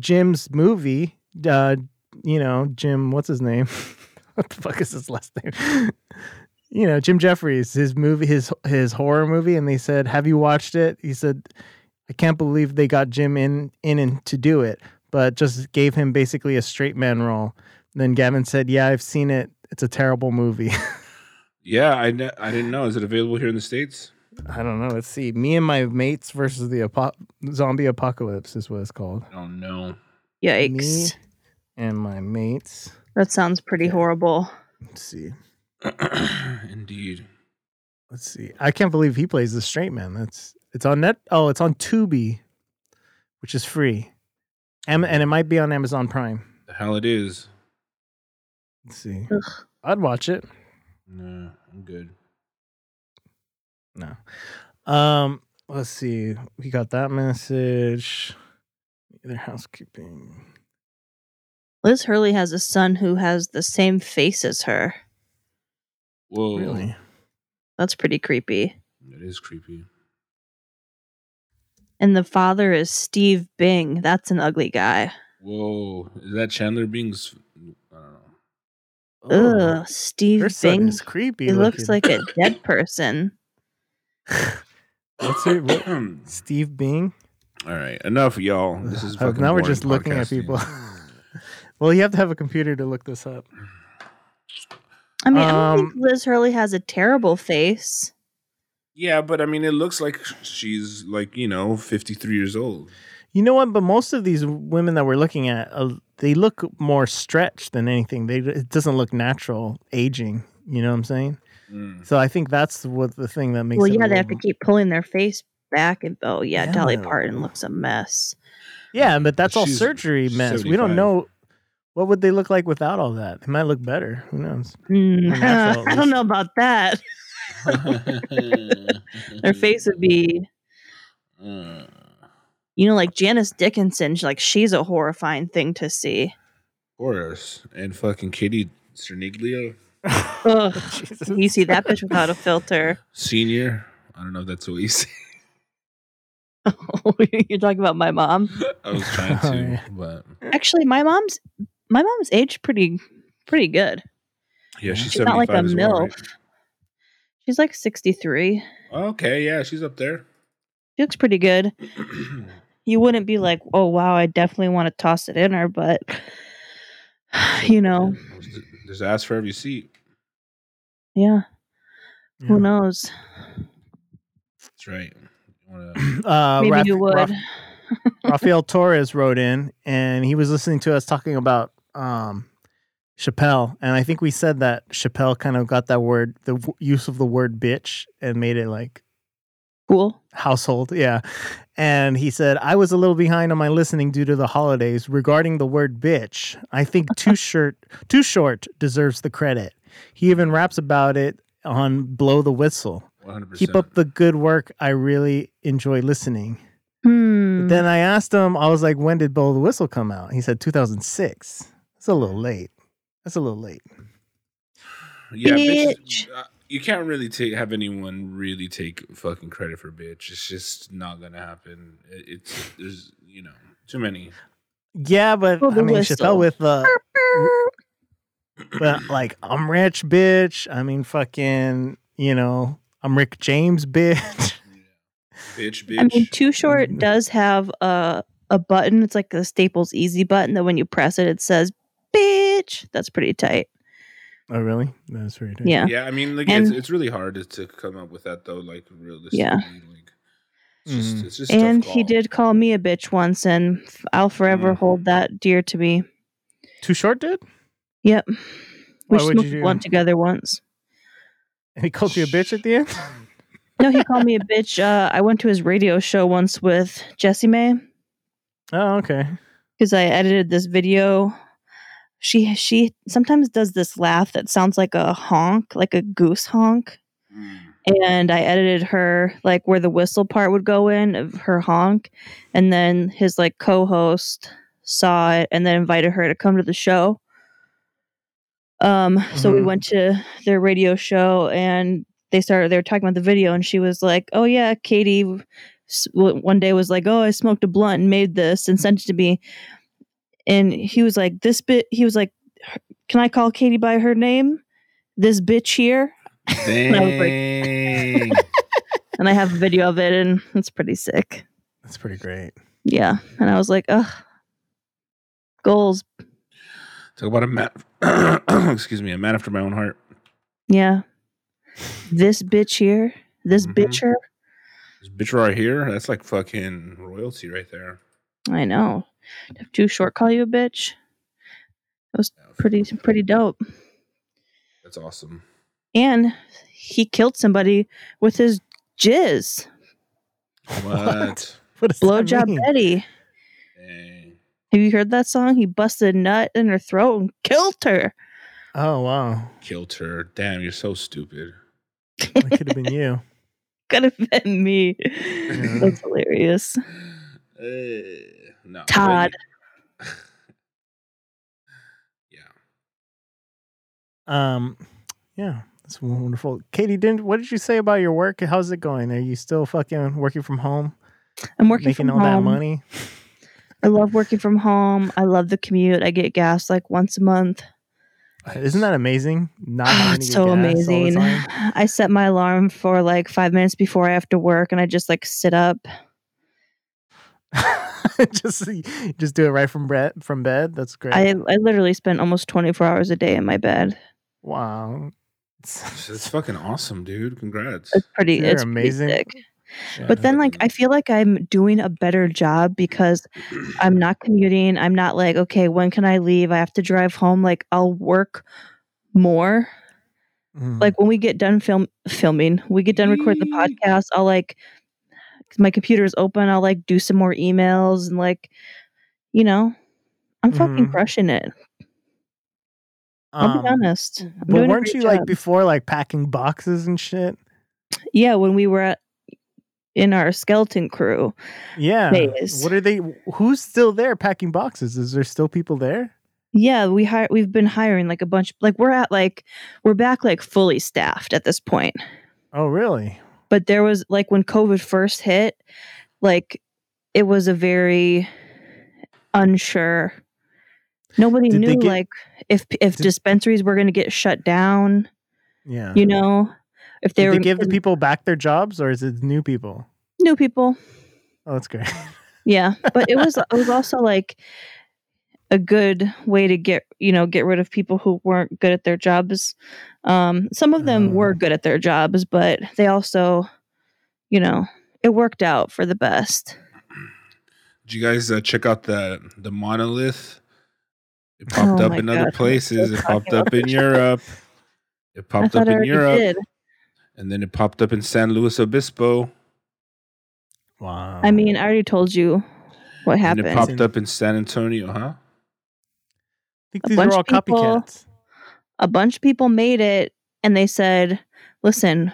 Speaker 3: Jim's movie. Uh, you know, Jim, what's his name? what the fuck is his last name? you know, Jim Jeffries, his movie, his his horror movie, and they said, "Have you watched it?" He said, "I can't believe they got Jim in in and to do it, but just gave him basically a straight man role." then Gavin said, "Yeah, I've seen it. It's a terrible movie."
Speaker 2: Yeah, I, ne- I didn't know. Is it available here in the states?
Speaker 3: I don't know. Let's see. Me and my mates versus the apo- zombie apocalypse is what it's called.
Speaker 2: I don't know.
Speaker 1: Yikes.
Speaker 3: Me and my mates.
Speaker 1: That sounds pretty horrible.
Speaker 3: Let's see.
Speaker 2: Indeed.
Speaker 3: Let's see. I can't believe he plays the straight man. That's it's on net. Oh, it's on Tubi, which is free, Am- and it might be on Amazon Prime.
Speaker 2: The hell it is.
Speaker 3: Let's see.
Speaker 1: Ugh.
Speaker 3: I'd watch it.
Speaker 2: No, I'm good.
Speaker 3: No. Um. Let's see. We got that message. Their housekeeping.
Speaker 1: Liz Hurley has a son who has the same face as her.
Speaker 2: Whoa.
Speaker 3: Really?
Speaker 1: That's pretty creepy.
Speaker 2: It is creepy.
Speaker 1: And the father is Steve Bing. That's an ugly guy.
Speaker 2: Whoa, is that Chandler Bing's? I don't know.
Speaker 3: Oh,
Speaker 1: Ugh, Steve
Speaker 3: her
Speaker 1: Bing.
Speaker 3: son is creepy.
Speaker 1: He looks
Speaker 3: looking.
Speaker 1: like a dead person.
Speaker 3: What's her, what? Steve Bing.
Speaker 2: All right, enough, y'all. This is
Speaker 3: Uh,
Speaker 2: fucking
Speaker 3: now we're
Speaker 2: boring
Speaker 3: just looking at
Speaker 2: podcasting.
Speaker 3: people. well, you have to have a computer to look this up.
Speaker 1: I mean, I don't
Speaker 3: Um,
Speaker 1: think Liz Hurley has a terrible face.
Speaker 2: Yeah, but I mean, it looks like she's like you know fifty three years old.
Speaker 3: You know what? But most of these women that we're looking at, uh, they look more stretched than anything. They it doesn't look natural aging. You know what I'm saying?
Speaker 2: Mm.
Speaker 3: So I think that's what the thing that makes.
Speaker 1: Well,
Speaker 3: it a
Speaker 1: yeah, they have to
Speaker 3: little-
Speaker 1: keep pulling their face back. And oh yeah,
Speaker 3: Yeah.
Speaker 1: Dolly Parton looks a mess.
Speaker 3: Yeah, but that's all
Speaker 2: She's
Speaker 3: surgery mess. We
Speaker 2: 75.
Speaker 3: don't know what would they look like without all that. They might look better. Who knows?
Speaker 1: Hmm,
Speaker 3: Well, that's all
Speaker 1: I
Speaker 3: it
Speaker 1: don't
Speaker 3: is.
Speaker 1: know about that. Their face would be,
Speaker 2: Uh,
Speaker 1: you know, like Janice Dickinson. she- Like she's a horrifying thing to see.
Speaker 2: Horace and fucking Kitty Cerniglio
Speaker 1: Ugh.
Speaker 3: Jesus.
Speaker 1: You see that bitch without a filter.
Speaker 2: Senior. I don't know if that's what you say.
Speaker 1: Oh, You're talking about my mom.
Speaker 2: I was trying
Speaker 3: Oh,
Speaker 2: to,
Speaker 3: yeah.
Speaker 2: but
Speaker 1: Actually, my mom's my mom's aged pretty pretty good.
Speaker 2: yeah, she's,
Speaker 1: She's not like
Speaker 2: 75
Speaker 1: a
Speaker 2: as well,
Speaker 1: MILF. She's like 63.
Speaker 2: right? Okay, yeah, she's up there.
Speaker 1: She looks pretty good. You wouldn't be like, oh wow, I definitely want to toss it in her, but you know,
Speaker 2: There's ass for every seat.
Speaker 1: yeah,
Speaker 3: Yeah.
Speaker 1: who knows?
Speaker 2: That's right. You wanna-
Speaker 3: Uh,
Speaker 1: Maybe
Speaker 3: Raf-
Speaker 1: you would.
Speaker 3: Raf- Rafael Torres wrote in and he was listening to us talking about um, Chappelle. And I think we said that Chappelle kind of got that word, the w- use of the word bitch, and made it like
Speaker 1: cool.
Speaker 3: household. Yeah. And he said, I was a little behind on my listening due to the holidays regarding the word bitch. I think Too Short, Too Short deserves the credit. He even raps about it on Blow the Whistle.
Speaker 2: 100%.
Speaker 3: Keep up the good work. I really enjoy listening.
Speaker 1: Hmm.
Speaker 3: Then I asked him, I was like, when did Blow the Whistle come out? He said 2006. That's a little late. That's a little late.
Speaker 2: Yeah, bitch.
Speaker 1: Bitch.
Speaker 2: uh, You can't really take have anyone really take fucking credit for bitch. It's just not gonna happen. It- It's there's you know too many.
Speaker 3: Yeah, but
Speaker 1: Blow the
Speaker 3: I mean,
Speaker 1: Whistle.
Speaker 3: Chappelle with the, but like, I'm rich, bitch. I mean, fucking, you know, I'm Rick James, bitch.
Speaker 2: Bitch,
Speaker 1: I mean, Mm-hmm.
Speaker 2: bitch.
Speaker 1: Too Short
Speaker 3: Mhm.
Speaker 1: does have a a button. It's like the Staples Easy button that when you press it, it says "bitch." That's pretty tight.
Speaker 3: Oh, really? That's weird.
Speaker 1: Yeah.
Speaker 2: yeah, I mean, like
Speaker 1: And-
Speaker 2: it's, it's really hard to, to come up with that though. Like realistically,
Speaker 1: Yeah.
Speaker 2: like it's just,
Speaker 3: Mhm.
Speaker 2: it's just a tough
Speaker 1: And he
Speaker 2: call.
Speaker 1: did call me a bitch once, and f- I'll forever
Speaker 2: Mm.
Speaker 1: hold that dear to me.
Speaker 3: Too short, dude?
Speaker 1: Yep. We
Speaker 3: Why would
Speaker 1: smoked
Speaker 3: you do-
Speaker 1: one together once.
Speaker 3: And he called you a bitch at the end?
Speaker 1: No, he called me a bitch. Uh, I went to his radio show once with Jessie May
Speaker 3: Oh, okay.
Speaker 1: because I edited this video. She she sometimes does this laugh that sounds like a honk, like a goose honk.
Speaker 2: Mm.
Speaker 1: and I edited her like where the whistle part would go in of her honk, and then his like co-host saw it and then invited her to come to the show. Um, so we
Speaker 3: Mhm.
Speaker 1: went to their radio show and they started. They were talking about the video, and she was like, "Oh yeah, Katie." s- w- One day was like, "Oh, I smoked a blunt and made this and sent it to me," and he was like, "This bit." He was like, "Can I call Katie by her name?" This bitch here. I was like-
Speaker 2: Dang.
Speaker 1: and I have a video of it, and it's pretty sick.
Speaker 3: That's pretty great.
Speaker 1: Yeah, and I was like, ugh, goals.
Speaker 2: Talk about a man. excuse me, a man after my own heart.
Speaker 1: Yeah, this bitch here, this
Speaker 3: Mm-hmm.
Speaker 2: Mhm.
Speaker 1: bitcher.
Speaker 2: This bitch right here. That's like fucking royalty right there.
Speaker 1: I know. If too short, call you a bitch. Pretty, pretty dope.
Speaker 2: That's awesome.
Speaker 1: And he killed somebody with his jizz.
Speaker 2: What?
Speaker 3: What does that
Speaker 1: Blowjob
Speaker 3: mean?
Speaker 1: Betty.
Speaker 2: Dang.
Speaker 1: Have you heard that song? He busted a nut in her throat and killed her.
Speaker 3: Oh, wow.
Speaker 2: Killed her. Damn, you're so stupid.
Speaker 3: That could have been you.
Speaker 1: Could have been me.
Speaker 2: Yeah.
Speaker 1: That's hilarious.
Speaker 2: Uh, no. but-
Speaker 1: Todd.
Speaker 2: yeah.
Speaker 3: Um, yeah, It's wonderful. Katie, didn't what did you say about your work? How's it going? Are you still fucking working from home?
Speaker 1: I'm working
Speaker 3: making
Speaker 1: from
Speaker 3: all that
Speaker 1: home.
Speaker 3: money.
Speaker 1: I love working from home. I love the commute. I get gas like once a month.
Speaker 3: Uh, Isn't that amazing? Not
Speaker 1: Oh,
Speaker 3: having to
Speaker 1: it's
Speaker 3: get
Speaker 1: so
Speaker 3: gas all the
Speaker 1: amazing.
Speaker 3: time.
Speaker 1: I set my alarm for like five minutes before I have to work and I just like sit up.
Speaker 3: just just do it right from bed from bed. That's great.
Speaker 1: I, I literally spend almost 24 hours a day in my bed.
Speaker 3: wow.
Speaker 2: That's fucking awesome, dude. Congrats.
Speaker 1: It's pretty,
Speaker 3: They're
Speaker 1: it's amazing.
Speaker 3: amazing.
Speaker 1: But then, like, I feel like I'm doing a better job because I'm not commuting. I'm not like, okay, when can I leave? I have to drive home. Like, I'll work more.
Speaker 3: Mhm.
Speaker 1: Like, when we get done film filming, we get done recording the podcast. I'll like, 'cause my computer's open. I'll like do some more emails and like, you know, I'm fucking
Speaker 3: Mhm.
Speaker 1: crushing it. I'll
Speaker 3: Um,
Speaker 1: be honest. I'm
Speaker 3: But
Speaker 1: doing a
Speaker 3: weren't
Speaker 1: great
Speaker 3: you like
Speaker 1: job.
Speaker 3: before like packing boxes and shit?
Speaker 1: yeah, when we were at, in our skeleton crew,
Speaker 3: Yeah.
Speaker 1: Phase.
Speaker 3: What are they who's still there packing boxes? Is there still people there?
Speaker 1: yeah, we hire we've been hiring like a bunch. Like we're at like we're back like fully staffed at this point.
Speaker 3: Oh really?
Speaker 1: But there was like when COVID first hit, like it was a very unsure. Nobody
Speaker 3: Did they
Speaker 1: knew
Speaker 3: get-
Speaker 1: like if if
Speaker 3: did-
Speaker 1: dispensaries were going to get shut down.
Speaker 3: Yeah.
Speaker 1: You know, if they
Speaker 3: Uh-huh. Did
Speaker 1: were
Speaker 3: they give the people back their jobs or is it new people?
Speaker 1: new people.
Speaker 3: Oh, that's great.
Speaker 1: Yeah, but it was it was also like a good way to get you know get rid of people who weren't good at their jobs. Um, some of them were
Speaker 3: Oh.
Speaker 1: good at their jobs, but they also, you know, it worked out for the best.
Speaker 2: Did you guys uh, check out the the monolith? It popped
Speaker 1: Oh
Speaker 2: up
Speaker 1: my
Speaker 2: in other
Speaker 1: God.
Speaker 2: places. It
Speaker 1: Still
Speaker 2: popped
Speaker 1: talking
Speaker 2: up in Europe. It
Speaker 1: I
Speaker 2: popped up
Speaker 1: thought I
Speaker 2: in
Speaker 1: already
Speaker 2: Europe,
Speaker 1: did.
Speaker 2: and then it popped up in San Luis Obispo.
Speaker 3: Wow.
Speaker 1: I mean, I already told you what
Speaker 2: And
Speaker 1: happened.
Speaker 2: it popped up in San Antonio, huh?
Speaker 3: I think
Speaker 1: a
Speaker 3: these are
Speaker 1: bunch
Speaker 3: all
Speaker 1: of people-
Speaker 3: copycats.
Speaker 1: a bunch of people made it, and they said, "Listen."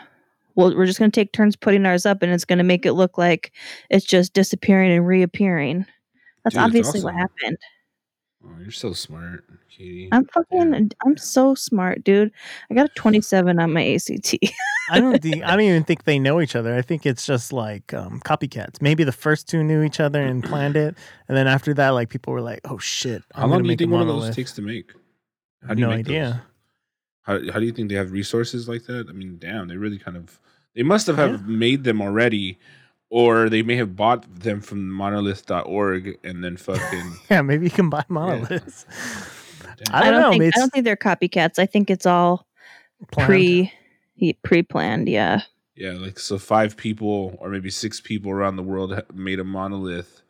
Speaker 1: Well, we're just going to take turns putting ours up, and it's going to make it look like it's just disappearing and reappearing. That's
Speaker 2: Dude, it's
Speaker 1: obviously what
Speaker 2: awesome.
Speaker 1: happened.
Speaker 2: Oh, you're so smart, Katie.
Speaker 1: I'm fucking. I'm so smart, dude. I got a 27 on my ACT.
Speaker 3: I don't think I don't even think they know each other. I think it's just like um, copycats. Maybe the first two knew each other and planned it, and then after that, like people were like, "Oh shit!" I'm
Speaker 2: How long
Speaker 3: gonna
Speaker 2: do you
Speaker 3: make a
Speaker 2: think one of
Speaker 3: monolith."
Speaker 2: those takes to make?
Speaker 3: I
Speaker 2: How
Speaker 3: have
Speaker 2: do you
Speaker 3: no
Speaker 2: make those?
Speaker 3: idea.
Speaker 2: How, how do you think they have resources like that? I mean, damn, they really kind of they must have, have made them already, or they may have bought them from monolith.org and then fucking.
Speaker 3: Yeah, maybe you can buy monoliths.
Speaker 2: Damn.
Speaker 3: I don't know.
Speaker 1: think.
Speaker 3: it's
Speaker 1: I don't think they're copycats. I think it's all
Speaker 3: planned.
Speaker 1: pre pre planned. Yeah.
Speaker 2: yeah, like so, five people or maybe six people around the world ha- made a monolith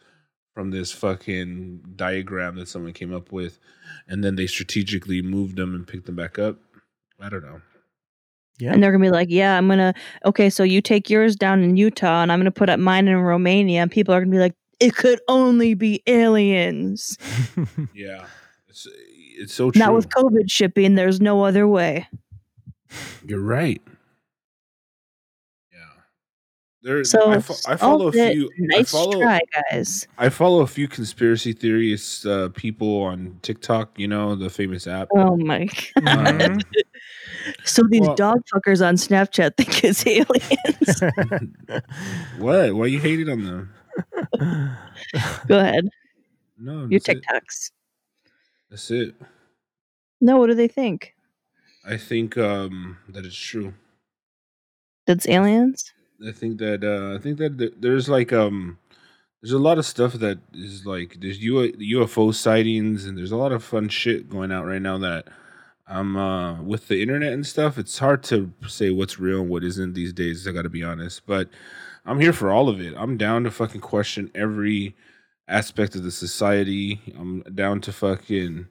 Speaker 2: from this fucking diagram that someone came up with, and then they strategically moved them and picked them back up. I don't know.
Speaker 3: Yeah.
Speaker 1: And they're gonna be like, yeah, I'm gonna. Okay, so you take yours down in Utah, and I'm gonna put up mine in Romania, and people are gonna be like, it could only be aliens.
Speaker 2: Yeah, it's it's so true.
Speaker 1: Not with COVID shipping. There's no other way.
Speaker 2: You're right. Yeah. There's
Speaker 1: So
Speaker 2: I, fo- I follow a
Speaker 1: solved it.
Speaker 2: few I
Speaker 1: Nice
Speaker 2: follow
Speaker 1: try, guys.
Speaker 2: I follow a few conspiracy theorists uh, people on TikTok, you know, the famous app.
Speaker 1: Oh my!
Speaker 3: Mhm.
Speaker 1: Oh.
Speaker 2: Um,
Speaker 1: So these
Speaker 2: Well-
Speaker 1: dog fuckers on Snapchat think it's aliens.
Speaker 2: what? Why you hated on them?
Speaker 1: Go ahead.
Speaker 2: No,
Speaker 1: Your
Speaker 2: that's it.
Speaker 1: TikToks.
Speaker 2: That's it.
Speaker 1: No, what do they think?
Speaker 2: I think um that it's true.
Speaker 1: That's aliens?
Speaker 2: I think that uh I think that th- there's like um there's a lot of stuff that is like there's U- UFO sightings and there's a lot of fun shit going out right now that I'm uh with the internet and stuff it's hard to say what's real and what isn't these days I got to be honest but I'm here for all of it. I'm down to fucking question every aspect of the society. I'm down to fucking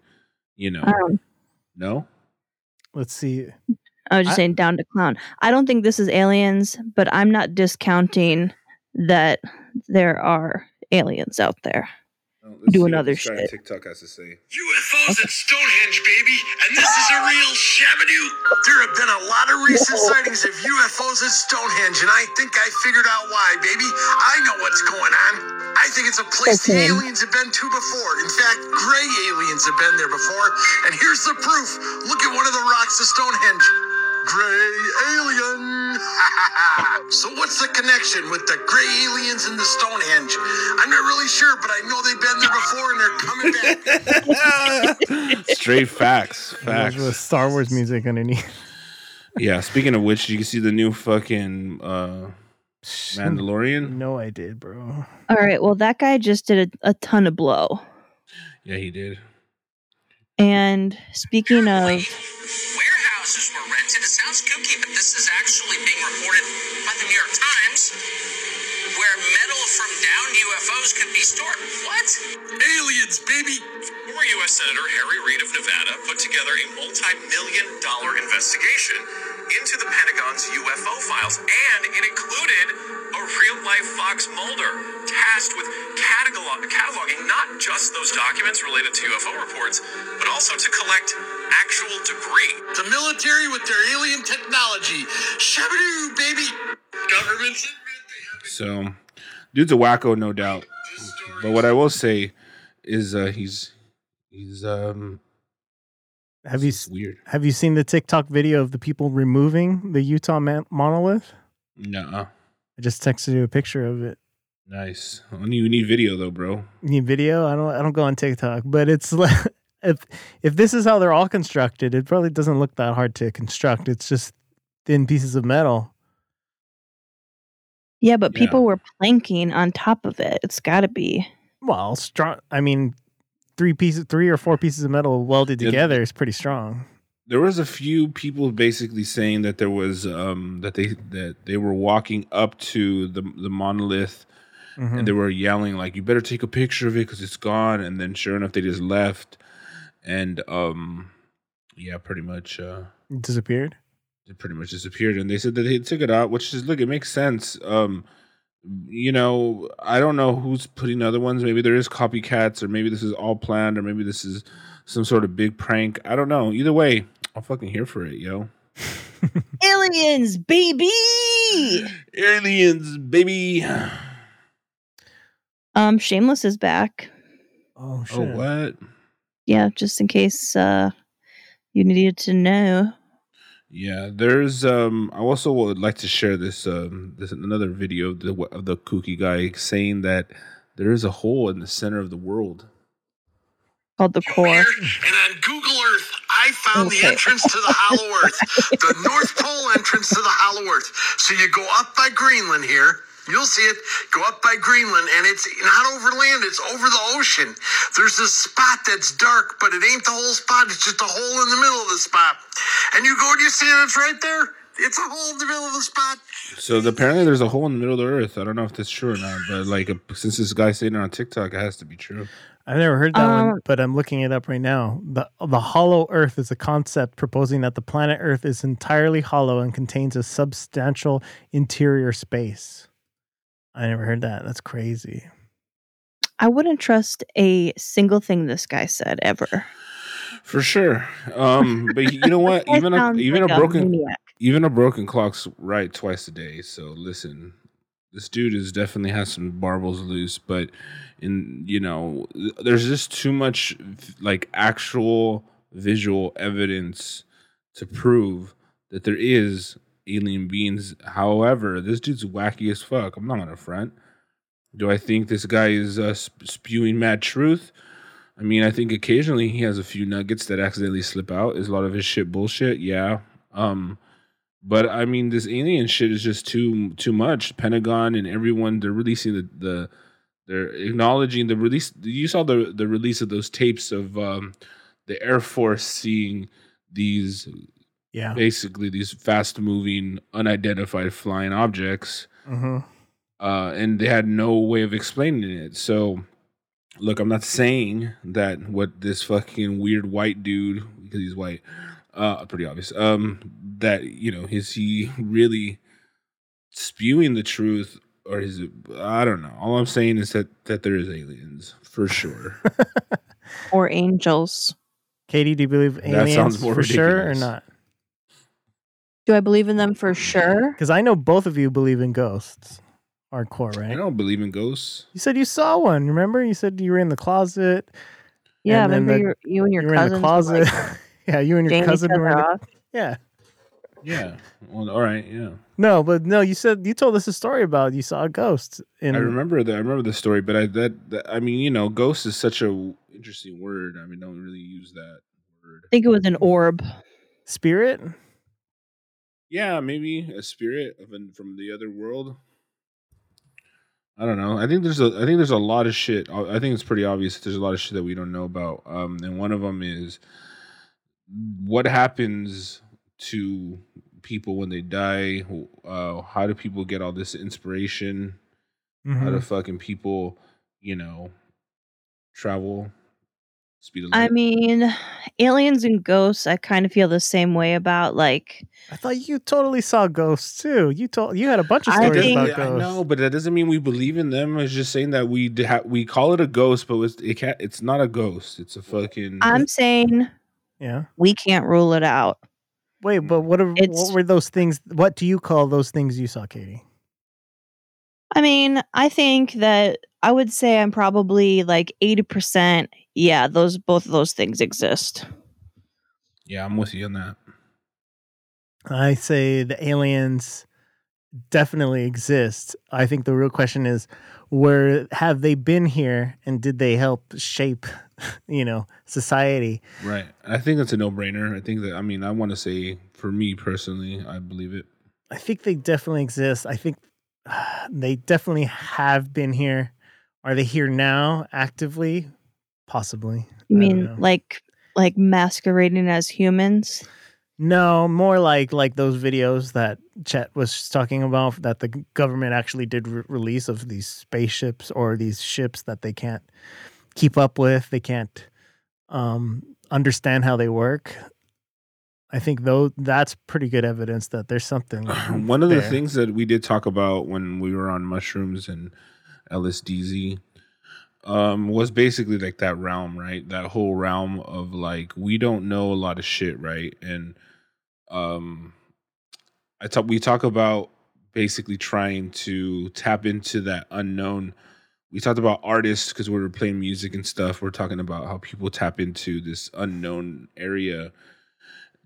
Speaker 2: you know.
Speaker 1: Clown.
Speaker 2: No?
Speaker 3: Let's see.
Speaker 1: I was just
Speaker 3: I-
Speaker 1: saying down to clown. I don't think this is aliens, but I'm not discounting that there are aliens out there.
Speaker 2: No, let's
Speaker 1: Do
Speaker 2: see what
Speaker 1: another
Speaker 2: this guy on
Speaker 1: shit.
Speaker 2: TikTok has to say.
Speaker 5: UFOs at Stonehenge, baby, and this is a real Shamadoo. There have been a lot of recent sightings of UFOs at Stonehenge, and I think I figured out why, baby. I know what's going on. I think it's a place
Speaker 1: Okay.
Speaker 5: the aliens have been to before. In fact, gray aliens have been there before, and here's the proof. Look at one of the rocks of Stonehenge. gray alien. so what's the connection with the gray aliens and the Stonehenge? I'm not really sure, but I know they've been there before and they're coming back.
Speaker 2: Straight facts.
Speaker 3: There's with
Speaker 2: Facts.
Speaker 3: Star Wars music underneath.
Speaker 2: Yeah. Speaking of which, you can see the new fucking uh, Mandalorian.
Speaker 3: No, I did, bro.
Speaker 1: All right. Well, that guy just did a, a ton of blow.
Speaker 2: Yeah, he did.
Speaker 1: And speaking of,
Speaker 6: Warehouses were rented. It sounds kooky, but this is actually being reported by the New York Times, where metal from downed UFOs could be stored. What?
Speaker 5: Aliens, baby.
Speaker 6: Former U.S. Senator Harry Reid of Nevada put together a multi-million dollar investigation into the Pentagon's UFO files, and it included a real-life Fox Mulder tasked with catalog- cataloging not just those documents related to UFO reports, but also to collect actual debris.
Speaker 5: The military with their alien technology. Shabadoo, baby. Governments.
Speaker 2: So, dude's a wacko, no doubt. But what I will say is, uh, he's he's um
Speaker 3: Have you s-
Speaker 2: weird.
Speaker 3: have you seen the TikTok video of the people removing the Utah man- monolith?
Speaker 2: Nuh-uh.
Speaker 3: I just texted you a picture of it.
Speaker 2: Nice. Only you need video though, bro.
Speaker 3: Need video? I don't. I don't go on TikTok, but it's like if if this is how they're all constructed, it probably doesn't look that hard to construct. It's just thin pieces of metal.
Speaker 1: yeah, but
Speaker 2: Yeah.
Speaker 1: people were planking on top of it. It's got to be.
Speaker 3: Well, strong. I mean, three pieces, three or four pieces of metal welded
Speaker 2: Yeah.
Speaker 3: together is pretty strong.
Speaker 2: There was a few people basically saying that there was um that they that they were walking up to the the monolith
Speaker 3: Mhm.
Speaker 2: and they were yelling like you better take a picture of it because it's gone and then sure enough they just left and um yeah pretty much uh
Speaker 3: It disappeared.
Speaker 2: it pretty much disappeared and they said that they took it out which is look it makes sense um you know i don't know who's putting other ones maybe there is copycats or maybe this is all planned or maybe this is some sort of big prank i don't know either way i'm fucking here for it yo
Speaker 1: Aliens, baby.
Speaker 2: aliens baby
Speaker 1: Um, Shameless is back.
Speaker 3: Oh
Speaker 2: oh what
Speaker 1: Yeah, just in case uh, you needed to know.
Speaker 2: Yeah, there's um I also would like to share this um this another video of the of the kooky guy saying that there is a hole in the center of the world.
Speaker 1: Called the core.
Speaker 5: And on Google Earth, I found the
Speaker 1: Okay.
Speaker 5: entrance to the Hollow Earth, the North Pole entrance to the Hollow Earth. So you go up by Greenland here. You'll see it. Go up by Greenland, and it's not over land, it's over the ocean. There's this spot that's dark, but it ain't the whole spot. It's just a hole in the middle of the spot. And you go and you see it, it's right there. It's a hole in the middle of the spot.
Speaker 2: So the- apparently there's a hole in the middle of the earth. I don't know if that's true or not, but like since this guy's saying it on TikTok, it has to be true.
Speaker 3: I've never heard that one,
Speaker 1: Um,
Speaker 3: but I'm looking it up right now. The the hollow earth is a concept proposing that the planet Earth is entirely hollow and contains a substantial interior space. I never heard that. That's crazy.
Speaker 1: I wouldn't trust a single thing this guy said ever.
Speaker 2: For sure. Um but you know what?
Speaker 1: That
Speaker 2: Even a
Speaker 1: sounds
Speaker 2: even
Speaker 1: like
Speaker 2: a broken
Speaker 1: maniac.
Speaker 2: even a broken clock's right twice a day. So listen, this dude is definitely has some barbels loose, but in you know, th- there's just too much like actual visual evidence to prove that there is alien beings. However, this dude's wacky as fuck. I'm not gonna front. Do I think this guy is uh, sp- spewing mad truth? I mean, I think occasionally he has a few nuggets that accidentally slip out. Is a lot of his shit bullshit? Yeah. Um, but I mean, this alien shit is just too too much. Pentagon and everyone they're releasing the the they're acknowledging the release. You saw the the release of those tapes of um, the Air Force seeing these
Speaker 3: Yeah.
Speaker 2: basically these fast moving unidentified flying objects
Speaker 3: hmm
Speaker 2: uh, and they had no way of explaining it. So, look, I'm not saying that what this fucking weird white dude, because he's white, uh, pretty obvious, um, that you know, is he really spewing the truth, or is it? I don't know. All I'm saying is that that there is aliens for sure.
Speaker 1: or angels.
Speaker 3: Katie, do you believe
Speaker 2: That
Speaker 3: aliens
Speaker 2: sounds more
Speaker 3: for sure or
Speaker 2: ridiculous.
Speaker 3: not?
Speaker 1: Do I believe in them for sure?
Speaker 3: Because I know both of you believe in ghosts. Hardcore,
Speaker 2: I
Speaker 3: right?
Speaker 2: don't believe in ghosts.
Speaker 3: You said you saw one. Remember? You said you were in the closet.
Speaker 1: Yeah,
Speaker 3: And then
Speaker 1: remember
Speaker 3: the-
Speaker 1: your, you and your
Speaker 3: you were in
Speaker 1: cousin
Speaker 3: the closet. yeah, you and your cousin were. In the, yeah.
Speaker 2: Yeah. Well, all right. Yeah.
Speaker 3: No, but no, you said you told us a story about you saw a ghost. In,
Speaker 2: I remember that. I remember the story, but I that, that I mean, you know, ghost is such a interesting word. I mean, don't really use that word.
Speaker 1: I think it was an orb.
Speaker 3: spirit.
Speaker 2: Yeah, maybe a spirit of an, from the other world. I don't know. I think there's a I think there's a lot of shit. I I think it's pretty obvious that there's a lot of shit that we don't know about. Um, and one of them is what happens to people when they die. Uh, how do people get all this inspiration?
Speaker 3: Mm-hmm.
Speaker 2: How do fucking people, you know, travel? Speed of
Speaker 1: I
Speaker 2: light.
Speaker 1: mean, aliens and ghosts, I kind of feel the same way about. Like,
Speaker 3: I thought you totally saw ghosts too. You told you had a bunch of
Speaker 1: I
Speaker 2: That
Speaker 3: stories
Speaker 1: think-
Speaker 2: doesn't-
Speaker 3: about
Speaker 2: I
Speaker 3: ghosts.
Speaker 2: know, but that doesn't mean we believe in them. It's just saying that we d- ha- we call it a ghost, but it's it can't, it's not a ghost. It's a fucking.
Speaker 1: I'm saying
Speaker 3: Yeah.
Speaker 1: we can't rule it out.
Speaker 3: Wait, but what are,
Speaker 1: It's-
Speaker 3: what were those things? What do you call those things you saw, Katie?
Speaker 1: I mean, I think that I would say I'm probably like 80%. Yeah, those both of those things exist.
Speaker 2: yeah, I'm with you on that.
Speaker 3: I say the aliens definitely exist. I think the real question is where have they been here and did they help shape, you know, society?
Speaker 2: Right. I think that's a no brainer. I think that I mean I want to say for me personally, I believe it.
Speaker 3: I think they definitely exist. I think they definitely have been here. Are they here now actively? Possibly.
Speaker 1: You
Speaker 3: I don't
Speaker 1: mean
Speaker 3: know.
Speaker 1: like like masquerading as humans?
Speaker 3: No, more like like those videos that Chet was talking about that the g- government actually did re- release of these spaceships or these ships that they can't keep up with, they can't um, understand how they work. I think though that's pretty good evidence that there's something.
Speaker 2: One of the
Speaker 3: there.
Speaker 2: things that we did talk about when we were on mushrooms and LSDZ um, was basically like that realm, right? That whole realm of like we don't know a lot of shit, right? And um, I talk we talk about basically trying to tap into that unknown. We talked about artists because we were playing music and stuff. We're talking about how people tap into this unknown area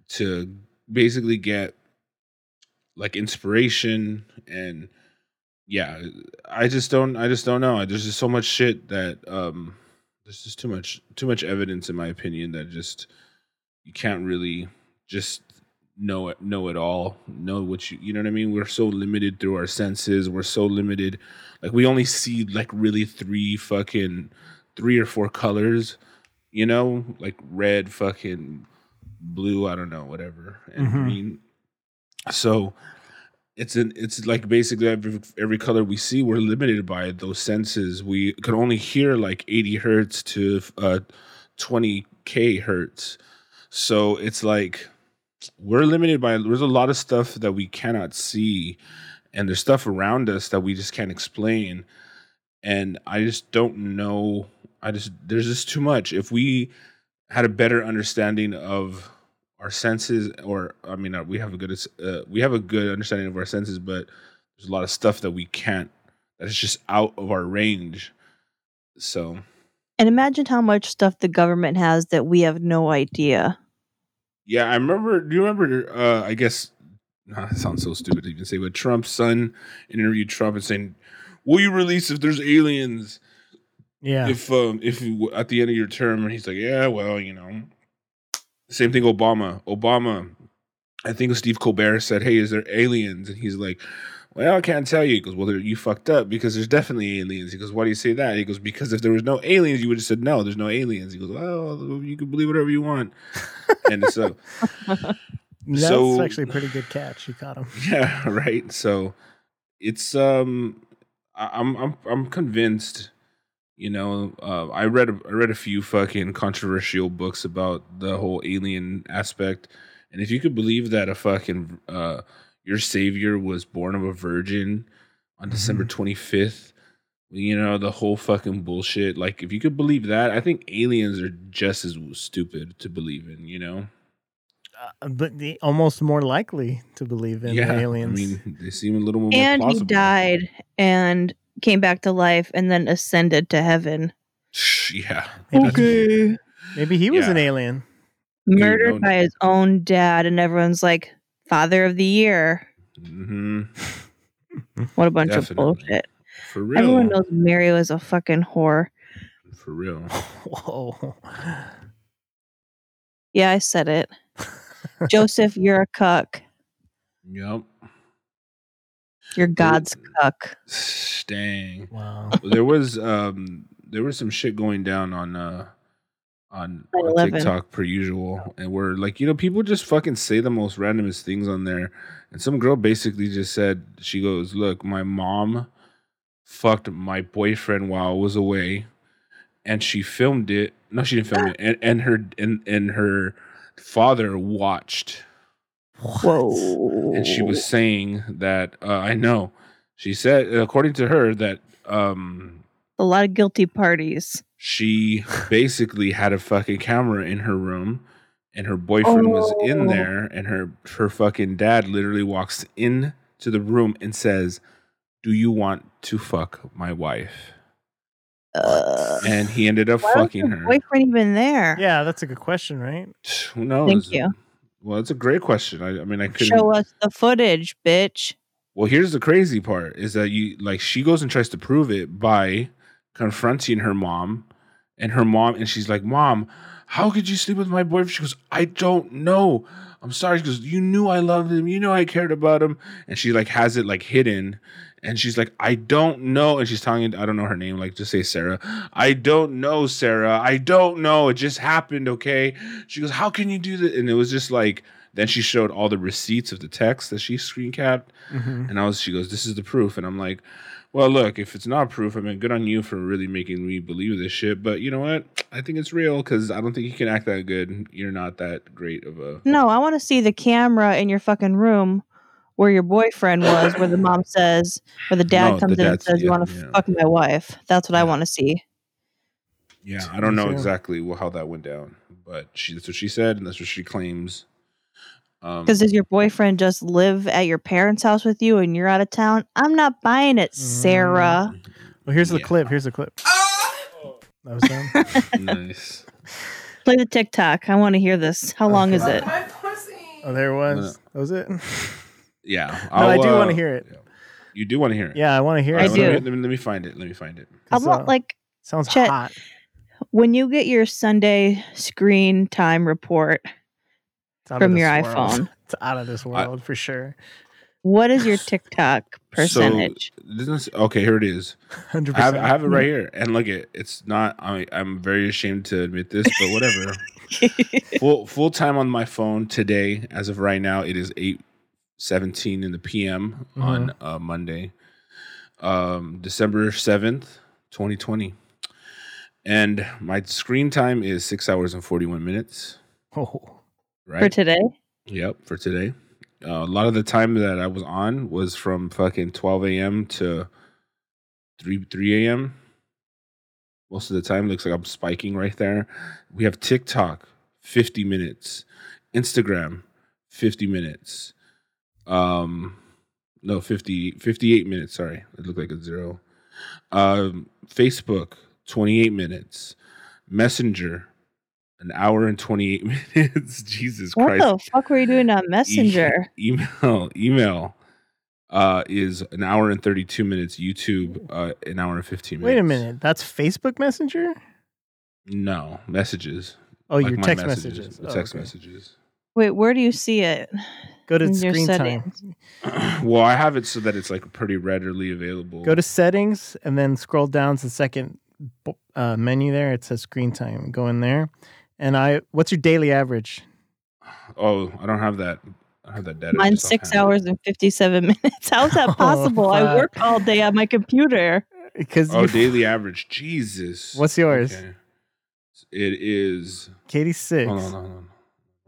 Speaker 2: to basically get like inspiration and yeah i just don't i just don't know there's just so much shit that um there's just too much too much evidence in my opinion that just you can't really just know it know it all know what you you know what i mean we're so limited through our senses we're so limited like we only see like really three fucking three or four colors you know like red fucking blue i don't know whatever and
Speaker 3: Mhm.
Speaker 2: green so it's an it's like basically every every color we see we're limited by those senses we could only hear like 80 hertz to uh 20k hertz so it's like we're limited by there's a lot of stuff that we cannot see and there's stuff around us that we just can't explain and i just don't know i just there's just too much if we had a better understanding of our senses or i mean uh, we have a good uh, we have a good understanding of our senses but there's a lot of stuff that we can't that's just out of our range so
Speaker 1: And imagine how much stuff the government has that we have no idea.
Speaker 2: yeah i remember do you remember uh i guess nah, that sounds so stupid to even say but trump's son interviewed trump and saying will you release if there's aliens
Speaker 3: Yeah.
Speaker 2: if um if you, at the end of your term and he's like yeah well you know same thing obama obama i think steve colbert said hey is there aliens and he's like well i can't tell you he goes well there- you fucked up because there's definitely aliens he goes why do you say that he goes because if there was no aliens you would have said no there's no aliens he goes well you can believe whatever you want and so
Speaker 3: That's
Speaker 2: so-
Speaker 3: actually a pretty good catch. You caught him.
Speaker 2: yeah, right. So it's um I, I'm I'm I'm convinced, you know, uh, I read a, I read a few fucking controversial books about the whole alien aspect. And if you could believe that a fucking uh your savior was born of a virgin on December 25th, you know, the whole fucking bullshit. Like if you could believe that, I think aliens are just as stupid to believe in, you know.
Speaker 3: Uh, but the, almost more likely to believe in the aliens.
Speaker 2: I mean, they seem a little more
Speaker 1: and
Speaker 2: plausible.
Speaker 1: he died and came back to life and then ascended to heaven.
Speaker 2: Yeah.
Speaker 3: Maybe-
Speaker 2: Okay.
Speaker 3: Maybe he was an
Speaker 2: Yeah.
Speaker 3: alien.
Speaker 2: Dude,
Speaker 1: Murdered
Speaker 2: no-
Speaker 1: by his own dad, and everyone's like, Father of the Year.
Speaker 2: Mm-hmm.
Speaker 1: What a bunch
Speaker 2: Definitely.
Speaker 1: of bullshit.
Speaker 2: For real.
Speaker 1: Everyone knows Mario is a fucking whore.
Speaker 2: For real.
Speaker 3: Whoa.
Speaker 1: Yeah, I said it. Joseph, you're a cuck.
Speaker 2: Yep.
Speaker 1: You're God's cuck.
Speaker 2: Dang.
Speaker 3: Wow.
Speaker 2: Well, there was um there was some shit going down on uh on, on
Speaker 1: 9/11.
Speaker 2: TikTok per usual, and where like you know people just fucking say the most randomest things on there, and some girl basically just said she goes, "Look, my mom fucked my boyfriend while I was away, and she filmed it. No, she didn't film it, and, and her and and her father watched."
Speaker 1: Whoa.
Speaker 2: and she was saying that uh, I know. She said, according to her, that um,
Speaker 1: a lot of guilty parties.
Speaker 2: she basically had a fucking camera in her room, and her boyfriend was in
Speaker 1: Oh.
Speaker 2: there, and her her fucking dad literally walks in to the room and says, "Do you want to fuck my wife?"
Speaker 1: Uh,
Speaker 2: And he ended up
Speaker 1: why was
Speaker 2: fucking
Speaker 1: her
Speaker 2: her.
Speaker 1: boyfriend even there?
Speaker 3: Yeah, that's a good question, right?
Speaker 2: Who knows?
Speaker 1: Thank you.
Speaker 2: Well, it's a great question. I, I mean, I couldn't.
Speaker 1: Show us the footage, bitch.
Speaker 2: Well, here's the crazy part is that you like she goes and tries to prove it by confronting her mom and her mom and she's like, Mom, how could you sleep with my boyfriend? She goes, I don't know. I'm sorry. She goes, You knew I loved him, you knew I cared about him. And she like has it like hidden and she's like, I don't know. And she's telling it, I don't know her name, like just say Sarah. I don't know, Sarah. I don't know. It just happened, okay? She goes, How can you do that? And it was just like then she showed all the receipts of the text that she screen capped
Speaker 1: Mm-hmm.
Speaker 3: Mhm.
Speaker 2: and I was, she goes, "This is the proof," and I'm like, "Well, look, if it's not proof, I mean, good on you for really making me believe this shit." But you know what? I think it's real because I don't think you can act that good. You're not that great of a.
Speaker 3: Hmm.
Speaker 1: No, I want to see the camera in your fucking room where your boyfriend was, where the mom says, where the dad
Speaker 2: No,
Speaker 1: comes
Speaker 2: the
Speaker 1: in and
Speaker 2: dad's-
Speaker 1: says, You
Speaker 2: yeah,
Speaker 1: want to
Speaker 2: yeah.
Speaker 1: fuck my wife. That's what I
Speaker 2: Yeah.
Speaker 1: want to see.
Speaker 2: Yeah, I don't know
Speaker 3: Yeah.
Speaker 2: exactly wh- how that went down, but she that's what she said, and that's what she claims. Um,
Speaker 1: Because does your boyfriend just live at your parents' house with you and you're out of town? I'm not buying it, Sarah.
Speaker 3: Well, here's the
Speaker 2: Yeah.
Speaker 3: clip. Here's the clip. That was them.
Speaker 2: nice.
Speaker 1: Play the TikTok. I want to hear this. How long is it?
Speaker 4: Fuck my pussy.
Speaker 3: Oh, there it was. That was it.
Speaker 2: Yeah,
Speaker 3: No, I do
Speaker 2: uh,
Speaker 3: want to hear it.
Speaker 2: You do want to hear it.
Speaker 3: Yeah, I want to hear
Speaker 1: I
Speaker 3: it.
Speaker 2: Let me-
Speaker 1: do.
Speaker 2: Let me, let me find it. Let me find it.
Speaker 1: I
Speaker 3: 'Cause, uh,
Speaker 1: want, like,
Speaker 3: sounds
Speaker 1: Chet-
Speaker 3: hot.
Speaker 1: when you get your Sunday screen time report,
Speaker 3: It's out of
Speaker 1: From
Speaker 3: this
Speaker 1: your
Speaker 3: world.
Speaker 1: iPhone.
Speaker 3: It's out of this world for sure.
Speaker 1: what is your TikTok percentage?
Speaker 2: So, this is- okay, here it is.
Speaker 3: Hundred
Speaker 2: I have, I
Speaker 3: percent.
Speaker 2: have it right here, and look it. It's not. I, I'm very ashamed to admit this, but whatever. full full time on my phone today, as of right now, it is eight seventeen in the PM on uh, Monday, um, December seventh, twenty twenty, and my screen time is six hours and forty one minutes.
Speaker 3: Oh,
Speaker 2: Right.
Speaker 1: for today?
Speaker 2: Yep, for today. Uh, a lot of the time that I was on was from fucking 12 a.m. to 3 3 a.m. Most of the time, looks like I'm spiking right there. We have TikTok, 50 minutes. Instagram, 50 minutes. Um, no, 50, 58 minutes. Sorry, it looked like a zero. Um, Facebook, 28 minutes. Messenger, an hour and 28 minutes. Jesus
Speaker 1: What
Speaker 2: Christ
Speaker 1: the fuck were you doing on Messenger?
Speaker 2: e- email email uh is an hour and 32 minutes youtube uh an hour and 15 minutes
Speaker 3: wait a minute. That's Facebook Messenger.
Speaker 2: no messages
Speaker 3: Oh,
Speaker 2: Like
Speaker 3: your
Speaker 2: my
Speaker 3: text messages. Oh,
Speaker 2: text
Speaker 3: okay.
Speaker 2: messages
Speaker 1: Wait, where do you see it?
Speaker 3: Go to
Speaker 1: in your
Speaker 3: screen time.
Speaker 1: settings.
Speaker 2: well i have it so that it's like pretty readily available
Speaker 3: Go to settings and then scroll down to the second bo- uh, menu there. It says screen time. Go in there. And I, what's your daily average?
Speaker 2: oh i don't have that i don't have that data
Speaker 1: Mine's
Speaker 2: just
Speaker 1: six
Speaker 2: offhand.
Speaker 1: hours and 57 minutes. How's
Speaker 3: Oh,
Speaker 1: that possible? I work all day on my computer.
Speaker 3: Because
Speaker 2: oh
Speaker 3: you,
Speaker 2: daily average jesus
Speaker 3: What's yours?
Speaker 2: Okay. it is
Speaker 3: Katie six.
Speaker 2: hold on hold on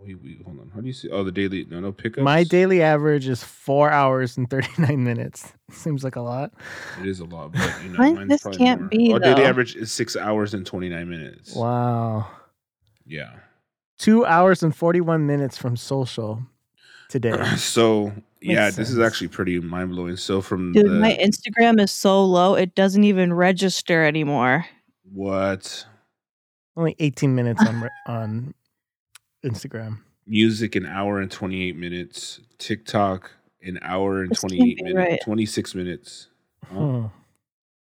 Speaker 2: we, we, hold on how do you see oh the daily no no pickups
Speaker 3: My daily average is four hours and thirty nine minutes. Seems like a lot.
Speaker 2: It is a lot, but you know,
Speaker 1: Mine-
Speaker 2: mine's
Speaker 1: this
Speaker 2: probably
Speaker 1: can't
Speaker 2: more.
Speaker 1: be,
Speaker 2: Our daily
Speaker 1: though.
Speaker 2: average is six hours and twenty nine minutes.
Speaker 3: Wow.
Speaker 2: Yeah.
Speaker 3: Two hours and forty one minutes from social today.
Speaker 2: So yeah, this is
Speaker 3: sense.
Speaker 2: actually pretty mind blowing. So from
Speaker 1: Dude,
Speaker 2: the
Speaker 1: my Instagram is so low, it doesn't even register anymore.
Speaker 2: what
Speaker 3: Only eighteen minutes on on Instagram.
Speaker 2: music an hour and 28 minutes, TikTok an hour and
Speaker 1: This can't
Speaker 2: 28
Speaker 1: be
Speaker 2: minutes,
Speaker 1: right.
Speaker 2: 26 minutes. Oh, Huh?
Speaker 3: Huh.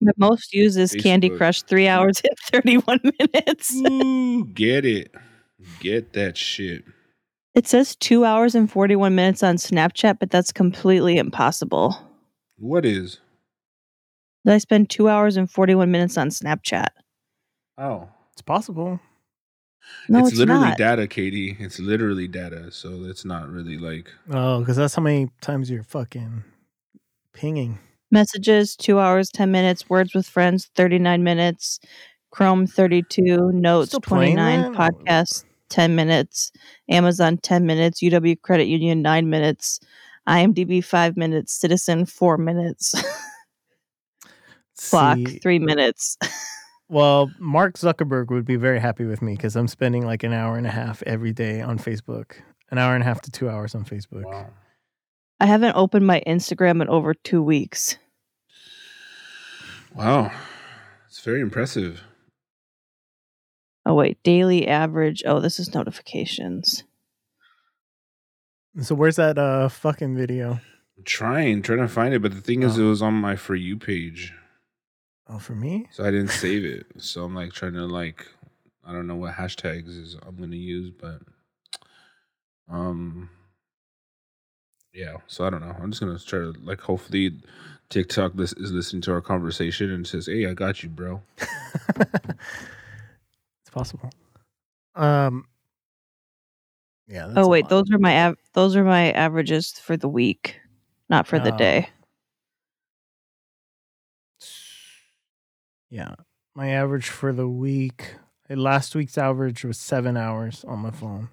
Speaker 1: The most used is Candy
Speaker 2: Facebook.
Speaker 1: Crush, three hours and 31 minutes.
Speaker 2: Ooh, get it. Get that shit.
Speaker 1: It says two hours and 41 minutes on Snapchat, but that's completely impossible.
Speaker 2: What is?
Speaker 1: Did I spend two hours and 41 minutes on Snapchat?
Speaker 2: Oh.
Speaker 3: It's possible.
Speaker 1: No, it's,
Speaker 2: it's, literally
Speaker 1: not.
Speaker 2: data, Katie. It's literally data. So it's not really like
Speaker 3: Oh, because that's how many times you're fucking pinging.
Speaker 1: Messages, two hours, 10 minutes. Words with friends, 39 minutes. Chrome, 32. Notes,
Speaker 3: Still playing
Speaker 1: 29.
Speaker 3: that?
Speaker 1: Podcasts, 10 minutes. Amazon, 10 minutes. UW Credit Union, 9 minutes. IMDb, 5 minutes. Citizen, 4 minutes. Clock,
Speaker 3: See,
Speaker 1: 3 minutes.
Speaker 3: Well, Mark Zuckerberg would be very happy with me because I'm spending like an hour and a half every day on Facebook, an hour and a half to two hours on Facebook.
Speaker 2: wow.
Speaker 1: I haven't opened my Instagram in over two weeks.
Speaker 2: Wow. It's very impressive.
Speaker 1: Oh, wait. Daily average. Oh, this is notifications.
Speaker 3: So where's that uh fucking video?
Speaker 2: I'm trying, trying to find it, but the thing is it
Speaker 3: Oh.
Speaker 2: was on my for you page.
Speaker 3: Oh, for me?
Speaker 2: So I didn't save it. So I'm like trying to like I don't know what hashtags is I'm gonna use, but um yeah, so I don't know. I'm just gonna try to like hopefully TikTok this is listening to our conversation and says, Hey, I got you, bro.
Speaker 3: it's possible. Um. Yeah. that's
Speaker 1: oh
Speaker 3: a
Speaker 1: wait,
Speaker 3: lot.
Speaker 1: those are my av- those are my averages for the week, not for the
Speaker 3: Oh.
Speaker 1: day.
Speaker 3: Yeah, my average for the week. eh, Last week's average was seven hours on my phone.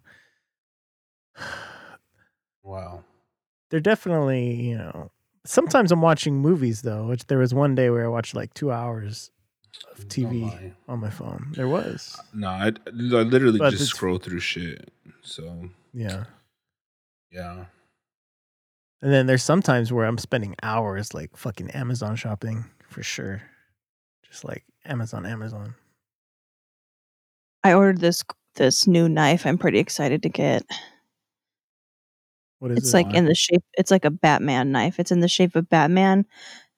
Speaker 2: Wow.
Speaker 3: They're definitely, you know. Sometimes I'm watching movies though, which there was one day where I watched like two hours of TV. on Mm, oh, my Uh, phone. There was.
Speaker 2: No, I, I literally
Speaker 3: But
Speaker 2: just
Speaker 3: it's-
Speaker 2: scroll through shit. So
Speaker 3: Yeah.
Speaker 2: yeah.
Speaker 3: And then there's sometimes where I'm spending hours like fucking Amazon shopping for sure. Just like Amazon, Amazon.
Speaker 1: I ordered this this new knife. I'm pretty excited to get.
Speaker 3: What is
Speaker 1: It's
Speaker 3: it?
Speaker 1: like in the shape. It's like a Batman knife. It's in the shape of Batman,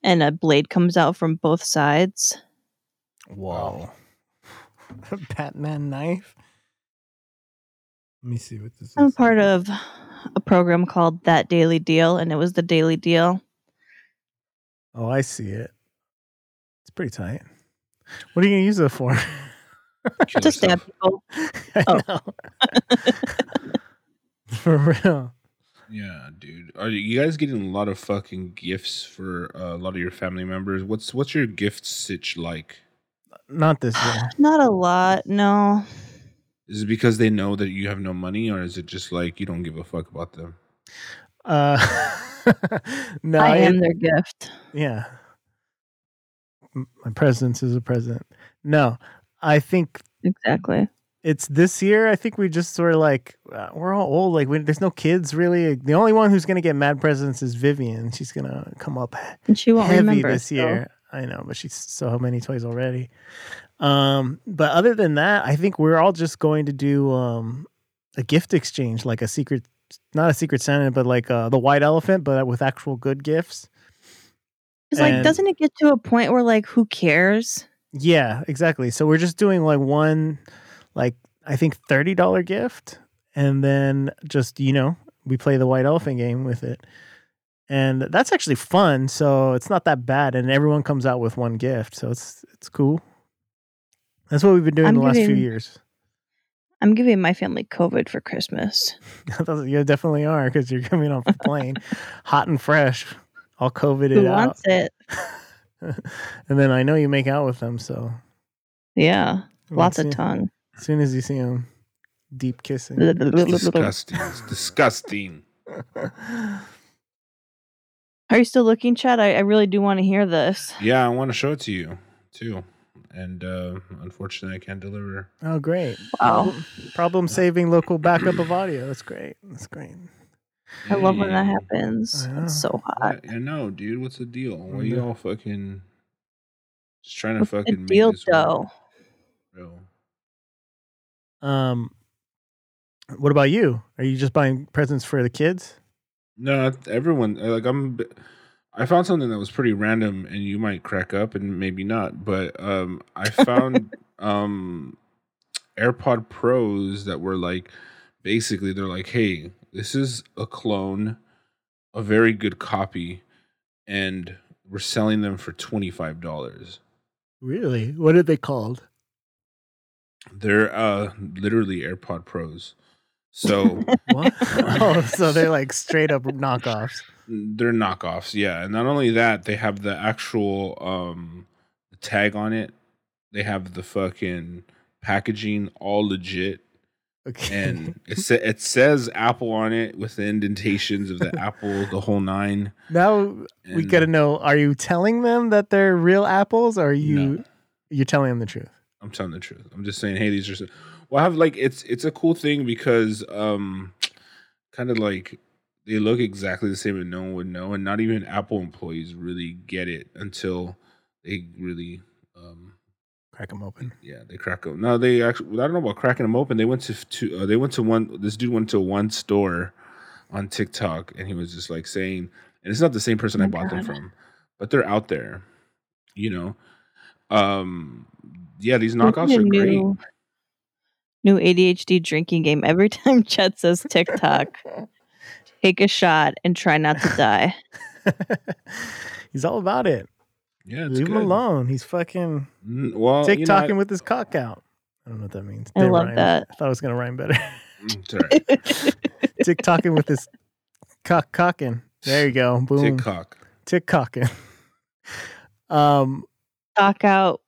Speaker 1: and a blade comes out from both sides.
Speaker 3: Whoa. A Batman knife? Let me see what this is.
Speaker 1: I'm part of a program called That Daily Deal, and it was the Daily Deal.
Speaker 3: Oh, I see it. It's pretty tight. What are you gonna use it for?
Speaker 2: Kill
Speaker 1: to stab people.
Speaker 2: yourself.
Speaker 3: I
Speaker 1: Oh.
Speaker 3: know. for real.
Speaker 2: Yeah, dude. Are you guys getting a lot of fucking gifts for uh, a lot of your family members? What's what's your gift sitch like?
Speaker 3: Not this year.
Speaker 1: Not a lot, no.
Speaker 2: Is it because they know that you have no money, or is it just like you don't give a fuck about them?
Speaker 3: Uh, no,
Speaker 1: I
Speaker 3: it-
Speaker 1: am their gift.
Speaker 3: Yeah. M- My presence is a present. No, I think
Speaker 1: Exactly.
Speaker 3: it's this year. I think we just sort of like, uh, we're all old. Like, we, there's no kids really. The only one who's going to get mad presents is Vivian. She's going to come up
Speaker 1: And she won't
Speaker 3: heavy
Speaker 1: remember
Speaker 3: this
Speaker 1: so-
Speaker 3: year. I know, but she's so how many toys already. Um, but other than that, I think we're all just going to do um a gift exchange, like a secret, not a secret Santa, but like uh, the white elephant, but with actual good gifts.
Speaker 1: It's like,
Speaker 3: And-
Speaker 1: doesn't it get to a point where like, who cares?
Speaker 3: Yeah, exactly. So we're just doing like one, like I think thirty dollar gift, and then just you know we play the white elephant game with it, and that's actually fun. So it's not that bad, and everyone comes out with one gift, so it's it's cool. That's what we've been doing
Speaker 1: I'm
Speaker 3: the last few
Speaker 1: giving-
Speaker 3: years.
Speaker 1: I'm giving my family COVID for Christmas.
Speaker 3: That's- you definitely are because you're coming off a plane, hot and fresh, all COVIDed
Speaker 1: who
Speaker 3: out,
Speaker 1: wants it?
Speaker 3: and then I know you make out with them. So
Speaker 1: Yeah, lots of
Speaker 3: time.
Speaker 1: tongue.
Speaker 3: As soon as you see him, deep kissing.
Speaker 2: It's
Speaker 1: Are
Speaker 2: disgusting. It's disgusting.
Speaker 1: you still looking, Chad? I, I really do want to hear this.
Speaker 2: Yeah, I want to show it to you too, and uh, unfortunately, I can't deliver.
Speaker 3: oh, great.
Speaker 1: Wow,
Speaker 3: Problem, problem saving local backup of audio. That's great. That's great.
Speaker 1: I love when that
Speaker 2: Yeah.
Speaker 1: happens.
Speaker 3: I
Speaker 1: It's
Speaker 3: know.
Speaker 1: so
Speaker 2: I,
Speaker 1: hot.
Speaker 2: I know, dude. What's the deal? Why
Speaker 3: I
Speaker 2: you
Speaker 3: know.
Speaker 2: all fucking just trying to
Speaker 1: What's the
Speaker 2: fucking make
Speaker 1: deal,
Speaker 2: this work,
Speaker 1: though?
Speaker 2: bro?
Speaker 3: Um, What about you? Are you just buying presents for the kids?
Speaker 2: No, everyone uh, like I'm. I found something that was pretty random, and you might crack up, and maybe not. But um, I found um, AirPod Pros that were like, basically, they're like, "Hey, this is a clone, a very good copy, and we're selling them for twenty five dollars."
Speaker 3: Really? What are they called?
Speaker 2: They're uh, literally AirPod Pros. So
Speaker 3: What? oh, so they're like straight up knockoffs.
Speaker 2: they're knockoffs yeah and not only that they have the actual um tag on it they have the fucking packaging all legit
Speaker 3: Okay.
Speaker 2: and it, sa- it says apple on it with the indentations of the apple the whole nine
Speaker 3: now we
Speaker 2: and-
Speaker 3: gotta know: Are you telling them that they're real apples, or are you
Speaker 2: No.
Speaker 3: you're telling them the truth?
Speaker 2: I'm telling the truth. I'm just saying, hey, these are. s- Well, I have like it's it's a cool thing because um, kind of like they look exactly the same and no one would know, and not even Apple employees really get it until they really um,
Speaker 3: Crack them open.
Speaker 2: yeah they crack them. No, they actually I don't know about cracking them open. They went to f- to uh, they went to one. This dude went to one store on TikTok and he was just like saying, and it's not the same person I bought them from, but they're out there, you know. Um, yeah, these knockoffs
Speaker 1: Need a
Speaker 2: are great.
Speaker 1: new, New ADHD drinking game. Every time Chet says TikTok, take a shot and try not to die.
Speaker 3: He's all about it.
Speaker 2: Yeah,
Speaker 3: Leave him alone. He's fucking
Speaker 2: Mm, Well,
Speaker 3: TikToking
Speaker 2: you know, I-
Speaker 3: with his cock out. I don't know what that means.
Speaker 1: I
Speaker 3: Didn't
Speaker 1: love
Speaker 3: rhyme.
Speaker 1: that.
Speaker 3: I thought it was gonna rhyme better.
Speaker 2: mm, it's all right.
Speaker 3: TikToking with his cock cocking. There you go. Boom.
Speaker 2: TikTok.
Speaker 3: Tick cocking. Um.
Speaker 1: Cock out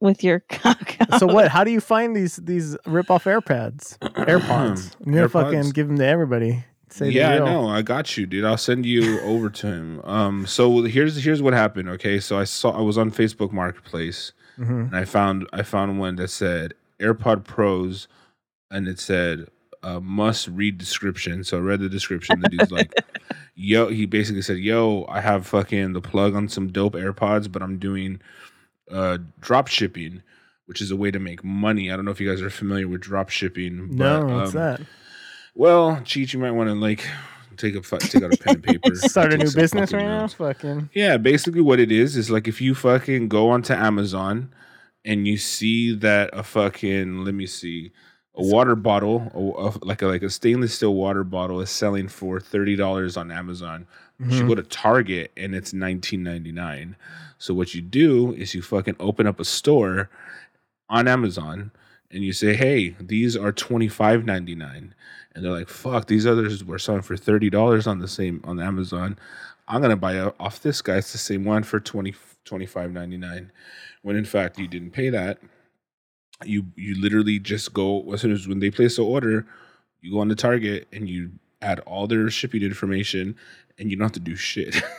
Speaker 1: with your cock out.
Speaker 3: So what? How do you find these these rip off AirPads? AirPods. I'm gonna fucking
Speaker 2: AirPods.
Speaker 3: give them to everybody. Say
Speaker 2: yeah,
Speaker 3: the
Speaker 2: I
Speaker 3: real.
Speaker 2: know. I got you, dude. I'll send you over to him. Um, so here's here's what happened. Okay, so I saw I was on Facebook Marketplace
Speaker 3: hmm
Speaker 2: and I found I found one that said AirPod Pros, and it said uh, must read description. So I read the description. The dude's like, "Yo," he basically said, "Yo, I have fucking the plug on some dope AirPods, but I'm doing uh, drop shipping." Which is a way to make money. I don't know if you guys are familiar with drop shipping.
Speaker 3: No,
Speaker 2: but,
Speaker 3: what's
Speaker 2: um,
Speaker 3: that?
Speaker 2: Well, Cheech, you might want to like take a fu- take out a pen and paper.
Speaker 3: Start a
Speaker 2: Take
Speaker 3: new
Speaker 2: some
Speaker 3: business
Speaker 2: fucking
Speaker 3: right now.
Speaker 2: notes.
Speaker 3: Fucking.
Speaker 2: Yeah, basically what it is is like if you fucking go onto Amazon and you see that a fucking let me see a water bottle, a, a- like a, like a stainless steel water bottle, is selling for thirty dollars on Amazon. You should
Speaker 3: Mhm.
Speaker 2: go to Target and it's nineteen ninety nine. So what you do is you fucking open up a store on Amazon and you say, "Hey, these are twenty five ninety nine, and they're like, "Fuck, these others were selling for thirty dollars on the same on Amazon. I'm gonna buy o- off this guy. It's the same one for 20 $25.99. When in fact you didn't pay that. You you literally just go as soon as when they place the order, you go on the Target and you add all their shipping information, and you don't have to do shit.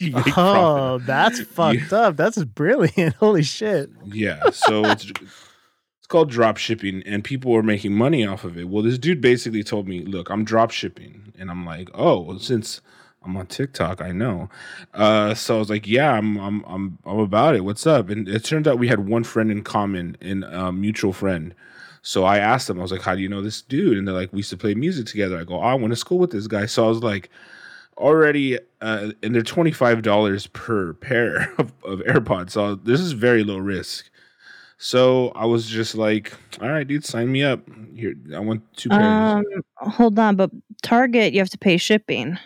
Speaker 2: You make profit.
Speaker 3: Oh, that's fucked up. That's brilliant. Holy shit.
Speaker 2: Yeah, so it's it's called drop shipping, and people are making money off of it. Well, this dude basically told me, "Look, I'm drop shipping," and I'm like, "Oh, well, since I'm on TikTok, I know." Uh, so I was like, "Yeah, I'm, I'm, I'm, I'm about it. What's up?" And it turned out we had one friend in common, and a mutual friend. So I asked them, I was like, "How do you know this dude?" And they're like, "We used to play music together." I go, oh, "I went to school with this guy." So I was like, already uh, and they're twenty five dollars per pair of, of AirPods. So this is very low risk. So I was just like, all right, dude, sign me up. Here, I want two pairs.
Speaker 1: Um, hold on, but Target, you have to pay shipping.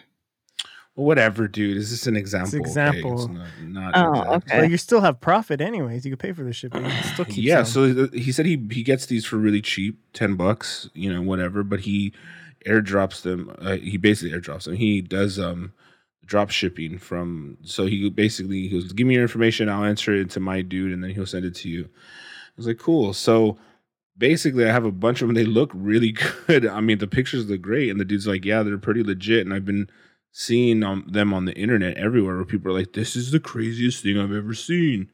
Speaker 2: well, whatever, dude. Is this an example? Okay,
Speaker 3: example.
Speaker 2: it's not, not
Speaker 1: Oh,
Speaker 2: exact.
Speaker 1: okay.
Speaker 3: But you still have profit anyways. You could pay for the shipping. It still keeps
Speaker 2: Eh. yeah
Speaker 3: them.
Speaker 2: so th- he said he he gets these for really cheap 10 bucks you know whatever but he airdrops them uh, he basically airdrops them he does um drop shipping from so he basically he goes give me your information i'll answer it to my dude and then he'll send it to you i was like cool so basically i have a bunch of them they look really good i mean the pictures look great and the dude's like yeah they're pretty legit and i've been seeing um, them on the internet everywhere where people are like this is the craziest thing i've ever seen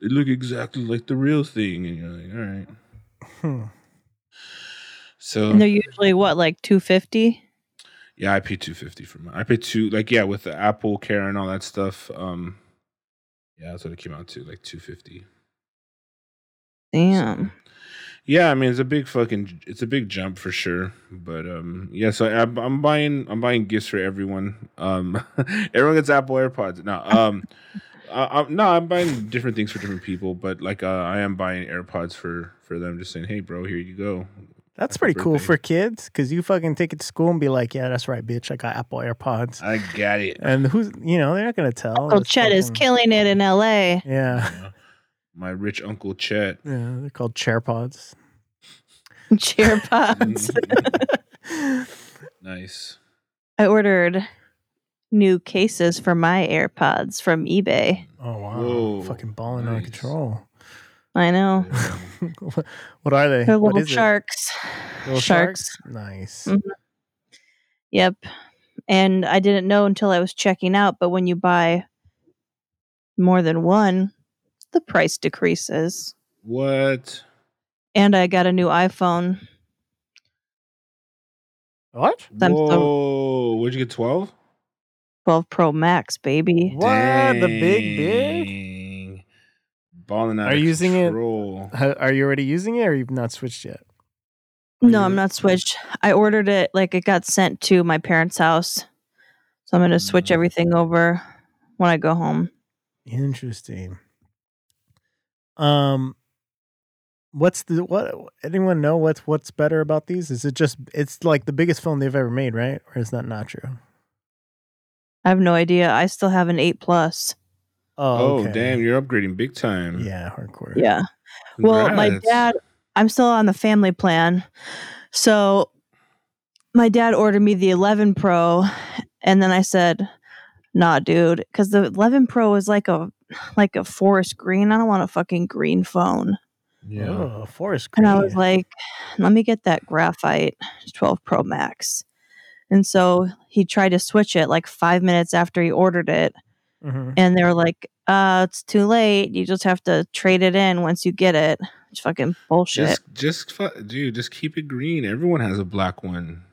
Speaker 2: they look exactly like the real thing. And you're like, all right.
Speaker 3: Hmm.
Speaker 2: So
Speaker 1: And they're usually what, like two fifty?
Speaker 2: yeah, I pay two fifty for mine. I pay two like yeah, with the Apple Care and all that stuff. Um yeah, that's what it came out to, like two fifty.
Speaker 1: Damn.
Speaker 2: Yeah, I mean it's a big fucking it's a big jump for sure, but um yeah, so I, I'm buying I'm buying gifts for everyone. Um, everyone gets Apple AirPods. No, um, I, I'm no, I'm buying different things for different people, but like uh, I am buying AirPods for for them. Just saying, hey, bro, here you go.
Speaker 3: That's
Speaker 2: Happy
Speaker 3: pretty cool
Speaker 2: birthday.
Speaker 3: for kids because you fucking take it to school and be like, yeah, that's right, bitch. I got Apple AirPods.
Speaker 2: I got it.
Speaker 3: And who's, you know, they're not going to
Speaker 2: oh,
Speaker 3: tell.
Speaker 1: Uncle
Speaker 3: It's
Speaker 1: Chet Oh, is
Speaker 3: fucking-
Speaker 1: killing it in LA.
Speaker 3: Yeah.
Speaker 2: My rich uncle Chet.
Speaker 3: Yeah. They're called chair pods.
Speaker 1: Cheer pods.
Speaker 2: Mm-hmm.
Speaker 3: Oh,
Speaker 2: nice.
Speaker 1: I ordered new cases for my AirPods from eBay.
Speaker 3: Oh, wow.
Speaker 2: Whoa,
Speaker 3: fucking balling out
Speaker 2: nice.
Speaker 3: of control.
Speaker 1: I know.
Speaker 2: Yeah.
Speaker 3: what are they?
Speaker 1: They're
Speaker 3: What
Speaker 1: little
Speaker 3: is it?
Speaker 1: sharks.
Speaker 3: Little
Speaker 1: sharks.
Speaker 3: Nice.
Speaker 1: Mm. Yep. And I didn't know until I was checking out, but when you buy more than one, the price decreases.
Speaker 2: What?
Speaker 1: And I got a new iPhone.
Speaker 3: What?
Speaker 1: Them-
Speaker 2: Whoa! What'd you get? Twelve?
Speaker 1: 12 Pro Max, baby.
Speaker 3: What? The big, big?
Speaker 2: big. Balling out.
Speaker 3: Are
Speaker 2: of
Speaker 3: you using it? Oh,
Speaker 2: control.
Speaker 3: Ha- Are you already using it or you've not switched yet?
Speaker 1: No, I'm not switched. I ordered it like it got sent to my parents' house. So I'm going to switch
Speaker 2: Mm.
Speaker 1: everything over when I go home.
Speaker 3: Interesting. Um, what's the what? Anyone know what's what's better about these? Is it just it's like the biggest phone they've ever made, right? Or is that not true?
Speaker 1: I have no idea. I still have an 8 Plus.
Speaker 2: Oh,
Speaker 3: okay.
Speaker 2: damn! You're upgrading big time.
Speaker 3: Yeah, hardcore.
Speaker 1: Yeah. Well, my
Speaker 2: Congrats.
Speaker 1: dad, I'm still on the family plan. So my dad ordered me the 11 Pro, and then I said, "Nah, dude," because the 11 Pro is like a like a forest green. I don't want a fucking green phone.
Speaker 2: Yeah.
Speaker 3: Oh, forest green.
Speaker 1: And I was like, "Let me get that graphite 12 Pro Max." And so he tried to switch it like five minutes after he ordered it,
Speaker 3: Mhm.
Speaker 1: and they were like, "Uh, it's too late. You just have to trade it in once you get it." It's fucking bullshit.
Speaker 2: Just, just, fu- dude, just keep it green. Everyone has a black one.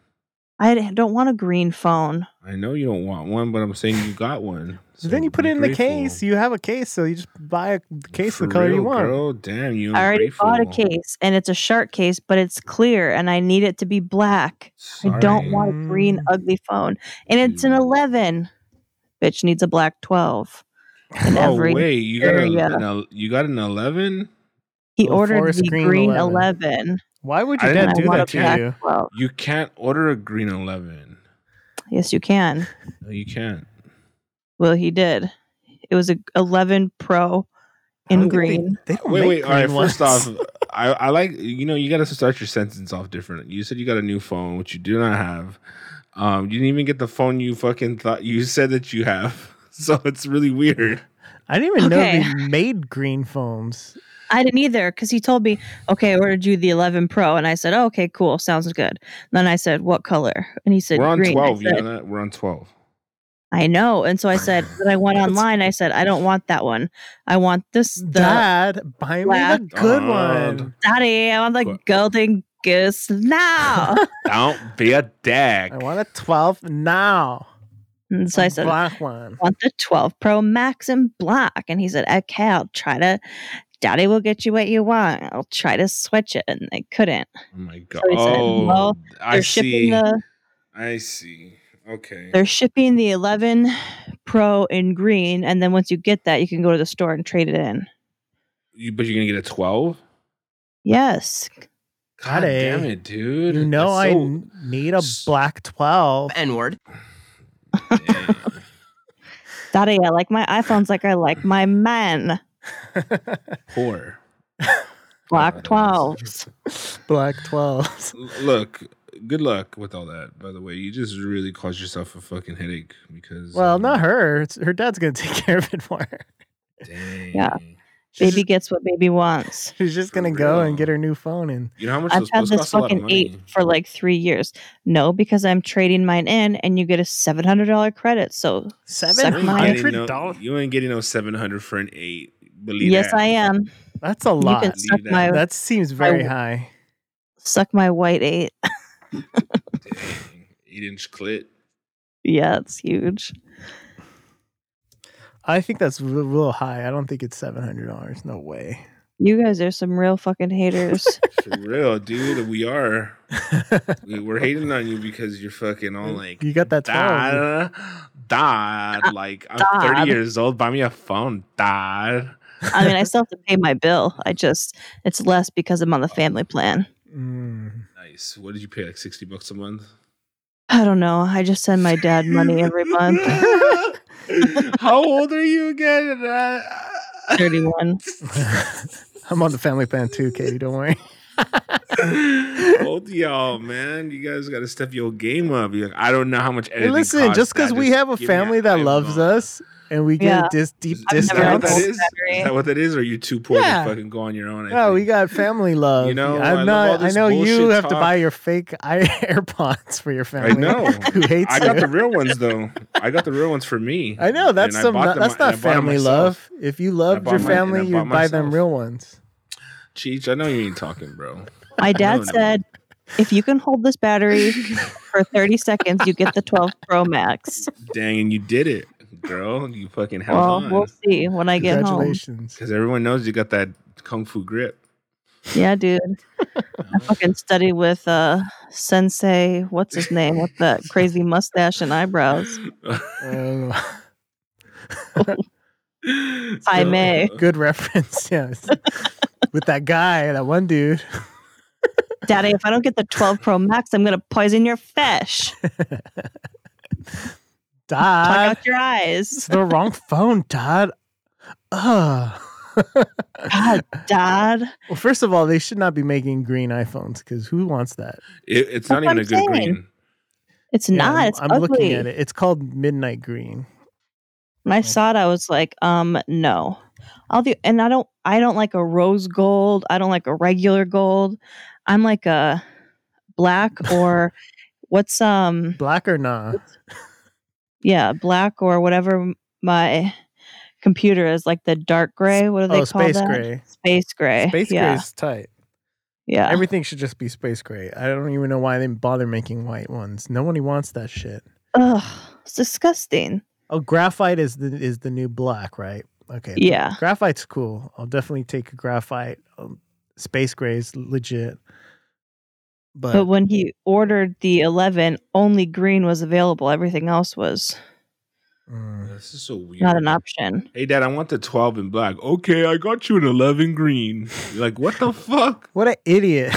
Speaker 1: I d- don't want a green phone.
Speaker 2: I know you don't want one, but I'm saying you got one.
Speaker 3: So
Speaker 2: So
Speaker 3: then you put
Speaker 2: be
Speaker 3: it in the
Speaker 2: grateful.
Speaker 3: case. You have a case, so you just buy a case
Speaker 2: For
Speaker 3: the color you
Speaker 2: real,
Speaker 3: want.
Speaker 2: Girl, damn, you.
Speaker 1: I already
Speaker 2: ungrateful.
Speaker 1: bought a case and it's a shark case, but it's clear and I need it to be black. I don't
Speaker 2: Sorry.
Speaker 1: want a green,
Speaker 3: Mm.
Speaker 1: ugly phone. And it's an
Speaker 2: Dude.
Speaker 1: 11. Bitch needs a black 12. In
Speaker 2: Oh
Speaker 1: every
Speaker 2: wait, you got an,
Speaker 1: area.
Speaker 2: an el- you got an eleven.
Speaker 1: He
Speaker 3: Oh,
Speaker 1: ordered
Speaker 3: forest
Speaker 1: the
Speaker 3: green
Speaker 1: green,
Speaker 3: 11.
Speaker 1: 11.
Speaker 3: Why would your
Speaker 2: I
Speaker 3: dad
Speaker 2: didn't
Speaker 3: do
Speaker 2: want
Speaker 3: that
Speaker 2: a
Speaker 3: to
Speaker 2: black-
Speaker 3: you?
Speaker 1: Well,
Speaker 2: You can't order a green eleven.
Speaker 1: yes, you can.
Speaker 2: No, you can't.
Speaker 1: Well, he did. It was a 11 Pro
Speaker 3: I don't
Speaker 1: in
Speaker 3: think they-
Speaker 1: green.
Speaker 3: They, don't
Speaker 2: Wait,
Speaker 3: make
Speaker 2: wait. All right.
Speaker 3: green ones.
Speaker 2: First off, I, I like you know you got to start your sentence off different. You said you got a new phone, which you do not have. Um, you didn't even get the phone you fucking thought you said that you have. So it's really weird.
Speaker 3: I didn't even
Speaker 1: Okay.
Speaker 3: know they made green phones.
Speaker 1: I didn't either because he told me, okay, I ordered you the 11 Pro. And I said, oh, okay, cool. Sounds good. then I said, what color? And he said,
Speaker 2: We're on
Speaker 1: green. I
Speaker 2: twelve. You
Speaker 1: said,
Speaker 2: know that we're on twelve.
Speaker 1: I know. And so I said, but I went online. I said, I don't want that one. I want this, the
Speaker 3: Dad, buy
Speaker 1: black-
Speaker 3: me the good
Speaker 2: God.
Speaker 3: one.
Speaker 1: daddy. I want the
Speaker 2: What?
Speaker 1: golden goose now.
Speaker 2: Don't be a dick.
Speaker 3: I want a 12 now.
Speaker 1: and so I
Speaker 3: A
Speaker 1: said, I
Speaker 3: black one.
Speaker 1: want the 12 Pro Max in black. And he said, okay, I'll try to, daddy will get you what you want. I'll try to switch it. And I couldn't.
Speaker 2: Oh my god.
Speaker 1: So he said,
Speaker 2: oh,
Speaker 1: well,
Speaker 2: I see.
Speaker 1: the,
Speaker 2: I see. Okay.
Speaker 1: they're shipping the 11 Pro in green. And then once you get that, you can go to the store and trade it in.
Speaker 2: You, but you're gonna get a twelve.
Speaker 1: Yes.
Speaker 2: God
Speaker 3: Got it.
Speaker 2: damn it, dude.
Speaker 3: You know I
Speaker 2: That's
Speaker 3: n- need a black 12.
Speaker 4: N word.
Speaker 2: so- Damn.
Speaker 1: Daddy, I like my iPhones like I like my men.
Speaker 2: poor.
Speaker 1: Black
Speaker 2: God.
Speaker 1: 12s.
Speaker 3: black 12s.
Speaker 2: L- Look, good luck with all that. By the way, you just really caused yourself a fucking headache because.
Speaker 3: Well,
Speaker 2: um,
Speaker 3: not her. It's, her dad's going to take care of it for her.
Speaker 2: Dang.
Speaker 1: Yeah.
Speaker 3: She's
Speaker 1: Baby gets what baby wants.
Speaker 3: just- She's just
Speaker 2: For
Speaker 3: going to go
Speaker 2: real.
Speaker 3: and get her new phone. And
Speaker 2: You know how much
Speaker 1: I've
Speaker 2: those
Speaker 1: had
Speaker 2: those
Speaker 1: this
Speaker 2: cost a lot of
Speaker 1: fucking
Speaker 2: money.
Speaker 1: eight for like three years. No, because I'm trading mine in and you get a $700 credit. So,
Speaker 2: You ain't
Speaker 1: mine.
Speaker 2: getting
Speaker 3: $700.
Speaker 2: no- You ain't getting no seven hundred for an eight. Believe
Speaker 1: yes,
Speaker 2: that.
Speaker 1: I am.
Speaker 3: That's a
Speaker 1: You
Speaker 3: lot.
Speaker 1: can suck
Speaker 2: that.
Speaker 1: my,
Speaker 3: that seems very
Speaker 1: I-
Speaker 3: high.
Speaker 1: suck my white eight.
Speaker 2: Dang. Eight inch clit.
Speaker 1: Yeah, it's huge.
Speaker 3: I think that's real, real high. I don't think it's $700. No way.
Speaker 1: You guys are some real fucking haters.
Speaker 2: For real, dude. We are. We, we're hating on you because you're fucking all Oh, like,
Speaker 3: You got that tall.
Speaker 2: dad, dad. Like, I'm 30 years old. Buy me a phone, dad.
Speaker 1: I mean, I still have to pay my bill. I just it's less because I'm on the family plan.
Speaker 3: Mm.
Speaker 2: Nice. What did you pay? Like 60 bucks a month?
Speaker 1: I don't know. I just send my dad money every month.
Speaker 2: How old are you again? Uh,
Speaker 1: 31.
Speaker 3: I'm on the family plan too, Katie. Don't worry.
Speaker 2: Both of y'all, man. You guys got to step your game up. You're like, I don't know how much
Speaker 3: Hey,
Speaker 2: editing.
Speaker 3: listen,
Speaker 2: costs,
Speaker 3: just because
Speaker 2: Dad.
Speaker 3: we
Speaker 2: Just
Speaker 3: have a
Speaker 2: give me
Speaker 3: family
Speaker 2: an
Speaker 3: that loves
Speaker 2: iPhone."
Speaker 3: us and we get
Speaker 1: Yeah.
Speaker 3: dis- deep
Speaker 2: Is that what
Speaker 3: discounts.
Speaker 2: that is?
Speaker 1: Battery.
Speaker 2: Is that what that is? Or are you too poor
Speaker 3: Yeah.
Speaker 2: to fucking go on your own? I
Speaker 3: No, we
Speaker 2: think?
Speaker 3: got family love.
Speaker 2: You know, I love
Speaker 3: I'm
Speaker 2: all
Speaker 3: not. I
Speaker 2: this
Speaker 3: know you
Speaker 2: bullshit
Speaker 3: have to
Speaker 2: talk.
Speaker 3: buy your fake i- AirPods for your family.
Speaker 2: know.
Speaker 3: who hates
Speaker 2: I got
Speaker 3: you.
Speaker 2: the real ones though. I got the real ones for me.
Speaker 3: I know that's
Speaker 2: And I
Speaker 3: some.
Speaker 2: bought them-
Speaker 3: that's
Speaker 2: and I
Speaker 3: not
Speaker 2: bought them
Speaker 3: family
Speaker 2: myself.
Speaker 3: love. If you loved
Speaker 2: bought
Speaker 3: your
Speaker 2: my- and I
Speaker 3: family, you
Speaker 2: bought
Speaker 3: would buy them
Speaker 2: myself.
Speaker 3: real ones.
Speaker 2: Cheech, I know you ain't talking, bro.
Speaker 1: My
Speaker 2: No,
Speaker 1: dad
Speaker 2: no.
Speaker 1: said, if you can hold this battery for 30 seconds, you get the 12 Pro Max.
Speaker 2: Dang, and you did it, girl. You fucking held
Speaker 1: Well,
Speaker 2: on.
Speaker 1: we'll see when I get home.
Speaker 3: Congratulations.
Speaker 2: Because everyone knows you got that kung fu grip.
Speaker 1: Yeah, dude. I fucking study with uh Sensei, what's his name, with that crazy mustache and eyebrows.
Speaker 3: Um,
Speaker 1: I may.
Speaker 3: good reference. Yes. With that guy, that one dude.
Speaker 1: Daddy, if I don't get the 12 Pro Max, I'm gonna poison your fish. Plug
Speaker 3: Dad.
Speaker 1: out your eyes.
Speaker 3: It's the wrong phone, Dad. Ugh.
Speaker 1: God, Dad.
Speaker 3: Well, first of all, they should not be making green iPhones because who wants that?
Speaker 2: It, it's
Speaker 1: That's what
Speaker 2: not even
Speaker 1: I'm
Speaker 2: a good
Speaker 1: saying.
Speaker 2: green.
Speaker 1: It's
Speaker 3: Yeah,
Speaker 1: not. It's
Speaker 3: I'm
Speaker 1: ugly.
Speaker 3: looking at it. It's called midnight green.
Speaker 1: When I saw it, I was like, um, no. I'll do and I don't I don't like a rose gold. I don't like a regular gold. I'm like a black or what's um
Speaker 3: Black or nah?
Speaker 1: yeah, black or whatever my computer is like the dark gray. What do they
Speaker 3: Oh,
Speaker 1: call
Speaker 3: space
Speaker 1: that?
Speaker 3: gray.
Speaker 1: Space gray.
Speaker 3: Space
Speaker 1: yeah. Ah.
Speaker 3: gray is tight.
Speaker 1: Yeah.
Speaker 3: Everything should just be space gray. I don't even know why they bother making white ones. Nobody wants that shit.
Speaker 1: Ugh. It's disgusting.
Speaker 3: Oh, graphite is the is the new black, right? Okay.
Speaker 1: Yeah.
Speaker 3: Graphite's cool. I'll definitely take a graphite. Um, space gray is legit. But,
Speaker 1: But when he ordered the eleven, only green was available. Everything else was
Speaker 3: Mm.
Speaker 2: This is so weird.
Speaker 1: not an option.
Speaker 2: Hey, Dad, I want the 12 in black. Okay, I got you an 11 green. You're like, what the fuck?
Speaker 3: what an idiot.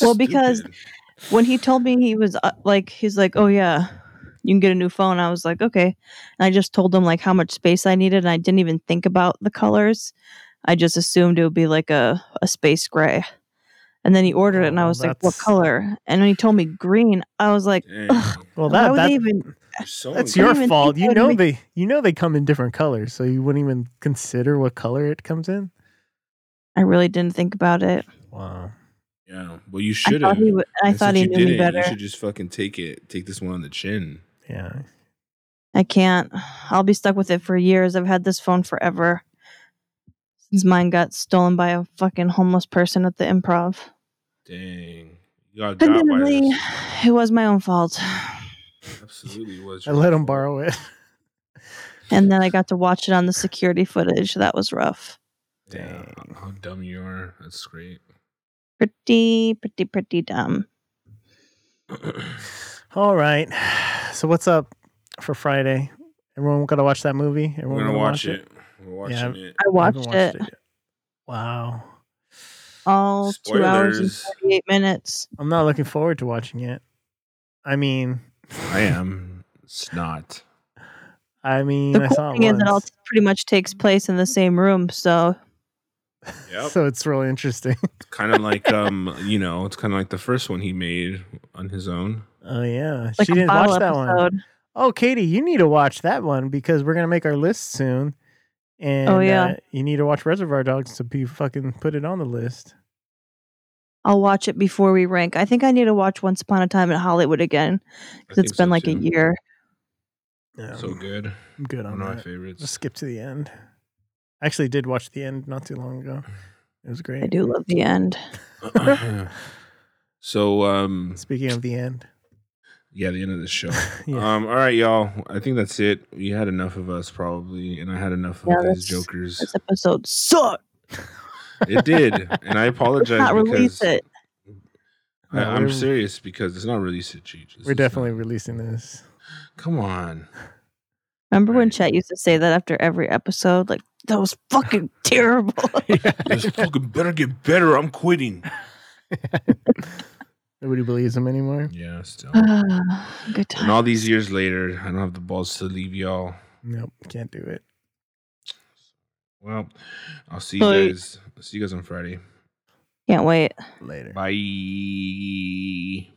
Speaker 1: Well, because-
Speaker 2: Stupid.
Speaker 1: when he told me he was uh, like he's like oh yeah you can get a new phone i was like okay and i just told him like how much space i needed and i didn't even think about the colors i just assumed it would be like a, a space gray and then he ordered it and i
Speaker 3: Oh,
Speaker 1: was like what
Speaker 3: that's-
Speaker 1: color and when he told me green i was like
Speaker 2: Dang,
Speaker 1: Ugh,
Speaker 3: Well,
Speaker 1: why
Speaker 3: that,
Speaker 1: would
Speaker 3: that
Speaker 1: they even
Speaker 2: you're so
Speaker 3: That's
Speaker 1: I
Speaker 3: your
Speaker 1: didn't even
Speaker 3: fault.
Speaker 1: think
Speaker 3: You
Speaker 1: that would
Speaker 3: know
Speaker 1: make-
Speaker 3: they you know they come in different colors, so you wouldn't even consider what color it comes in.
Speaker 1: i really didn't think about it
Speaker 3: Wow.
Speaker 2: Yeah. Well, you
Speaker 1: i
Speaker 2: should
Speaker 1: thought
Speaker 2: have.
Speaker 1: he, would, I thought he knew me better
Speaker 2: You should just fucking take it. Take this one on the chin.
Speaker 3: Yeah.
Speaker 1: i can't i'll be stuck with it for years i've had this phone forever since mine got stolen by a fucking homeless person at the improv
Speaker 2: Dang. You got got by
Speaker 1: Admittedly,
Speaker 2: this.
Speaker 1: it was my own fault.
Speaker 2: Absolutely was.
Speaker 3: I
Speaker 2: your
Speaker 3: let him
Speaker 2: fault.
Speaker 3: borrow it.
Speaker 1: And then I got to watch it on the security footage. That was rough.
Speaker 2: Damn. How dumb you are. That's great.
Speaker 1: Pretty, pretty, pretty dumb.
Speaker 3: All right. So what's up for Friday? Everyone gotta watch that movie?
Speaker 2: We're
Speaker 3: Everyone
Speaker 2: going to
Speaker 3: gonna
Speaker 2: watch it. We're watching it.
Speaker 1: I
Speaker 3: I haven't
Speaker 1: watched, it, Uh,
Speaker 3: yet. Wow.
Speaker 1: all two hours and
Speaker 2: Spoilers.
Speaker 1: 48 minutes.
Speaker 3: I'm not looking forward to watching it. I mean
Speaker 2: I am. It's not.
Speaker 3: I mean
Speaker 1: The
Speaker 3: I
Speaker 1: cool
Speaker 3: saw
Speaker 1: thing
Speaker 3: it
Speaker 1: is it all
Speaker 3: once,
Speaker 1: t- pretty much takes place in the same room. So,
Speaker 2: Yep.
Speaker 3: so it's really interesting.
Speaker 2: kind of like um, you know, it's kind of like the first one he made on his own.
Speaker 3: Oh yeah.
Speaker 1: like
Speaker 3: she
Speaker 1: a
Speaker 3: didn't
Speaker 1: final
Speaker 3: watch that one.
Speaker 1: episode.
Speaker 3: Oh, Katie, you need to watch that one because we're gonna make our list soon. And
Speaker 1: Oh, yeah.
Speaker 3: uh, you need to watch Reservoir Dogs to be fucking put it on the list.
Speaker 1: I'll watch it before we rank. I think I need to watch Once Upon a Time in Hollywood again
Speaker 2: I
Speaker 1: because
Speaker 2: think
Speaker 1: it's been
Speaker 2: so,
Speaker 1: like
Speaker 2: too.
Speaker 1: a year.
Speaker 3: Yeah,
Speaker 2: So good.
Speaker 3: I'm good on
Speaker 2: One of my
Speaker 3: that.
Speaker 2: favorites.
Speaker 3: Just skip to the end. I actually did watch the end not too long ago. It was great.
Speaker 1: I do love the end.
Speaker 2: so um,
Speaker 3: Speaking of the end,
Speaker 2: yeah, the end of the show.
Speaker 3: yeah,
Speaker 2: Um, all right, y'all. I think that's it. You had enough of us probably, and I had enough of
Speaker 1: Yeah,
Speaker 2: these
Speaker 1: that's-
Speaker 2: jokers.
Speaker 1: This episode sucked.
Speaker 2: It did, and I apologize
Speaker 1: Not
Speaker 2: because
Speaker 1: release it.
Speaker 2: I,
Speaker 3: No,
Speaker 2: I'm
Speaker 3: we're-
Speaker 2: serious because it's not released at Cheech. This
Speaker 3: We're
Speaker 2: is not-
Speaker 3: definitely releasing this.
Speaker 2: come on.
Speaker 1: Remember when
Speaker 2: Right.
Speaker 1: Chet used to say that after every episode? Like, that was fucking terrible.
Speaker 2: This fucking better get better. I'm quitting.
Speaker 3: Nobody believes him anymore.
Speaker 2: Yeah, still.
Speaker 1: Ah, Good
Speaker 2: And
Speaker 1: time.
Speaker 2: all these years later, I don't have the balls to leave y'all.
Speaker 3: Nope, can't do it.
Speaker 2: Well, I'll see
Speaker 1: Bye.
Speaker 2: you guys. I'll see you guys on Friday.
Speaker 1: Can't wait.
Speaker 3: Later.
Speaker 2: Bye.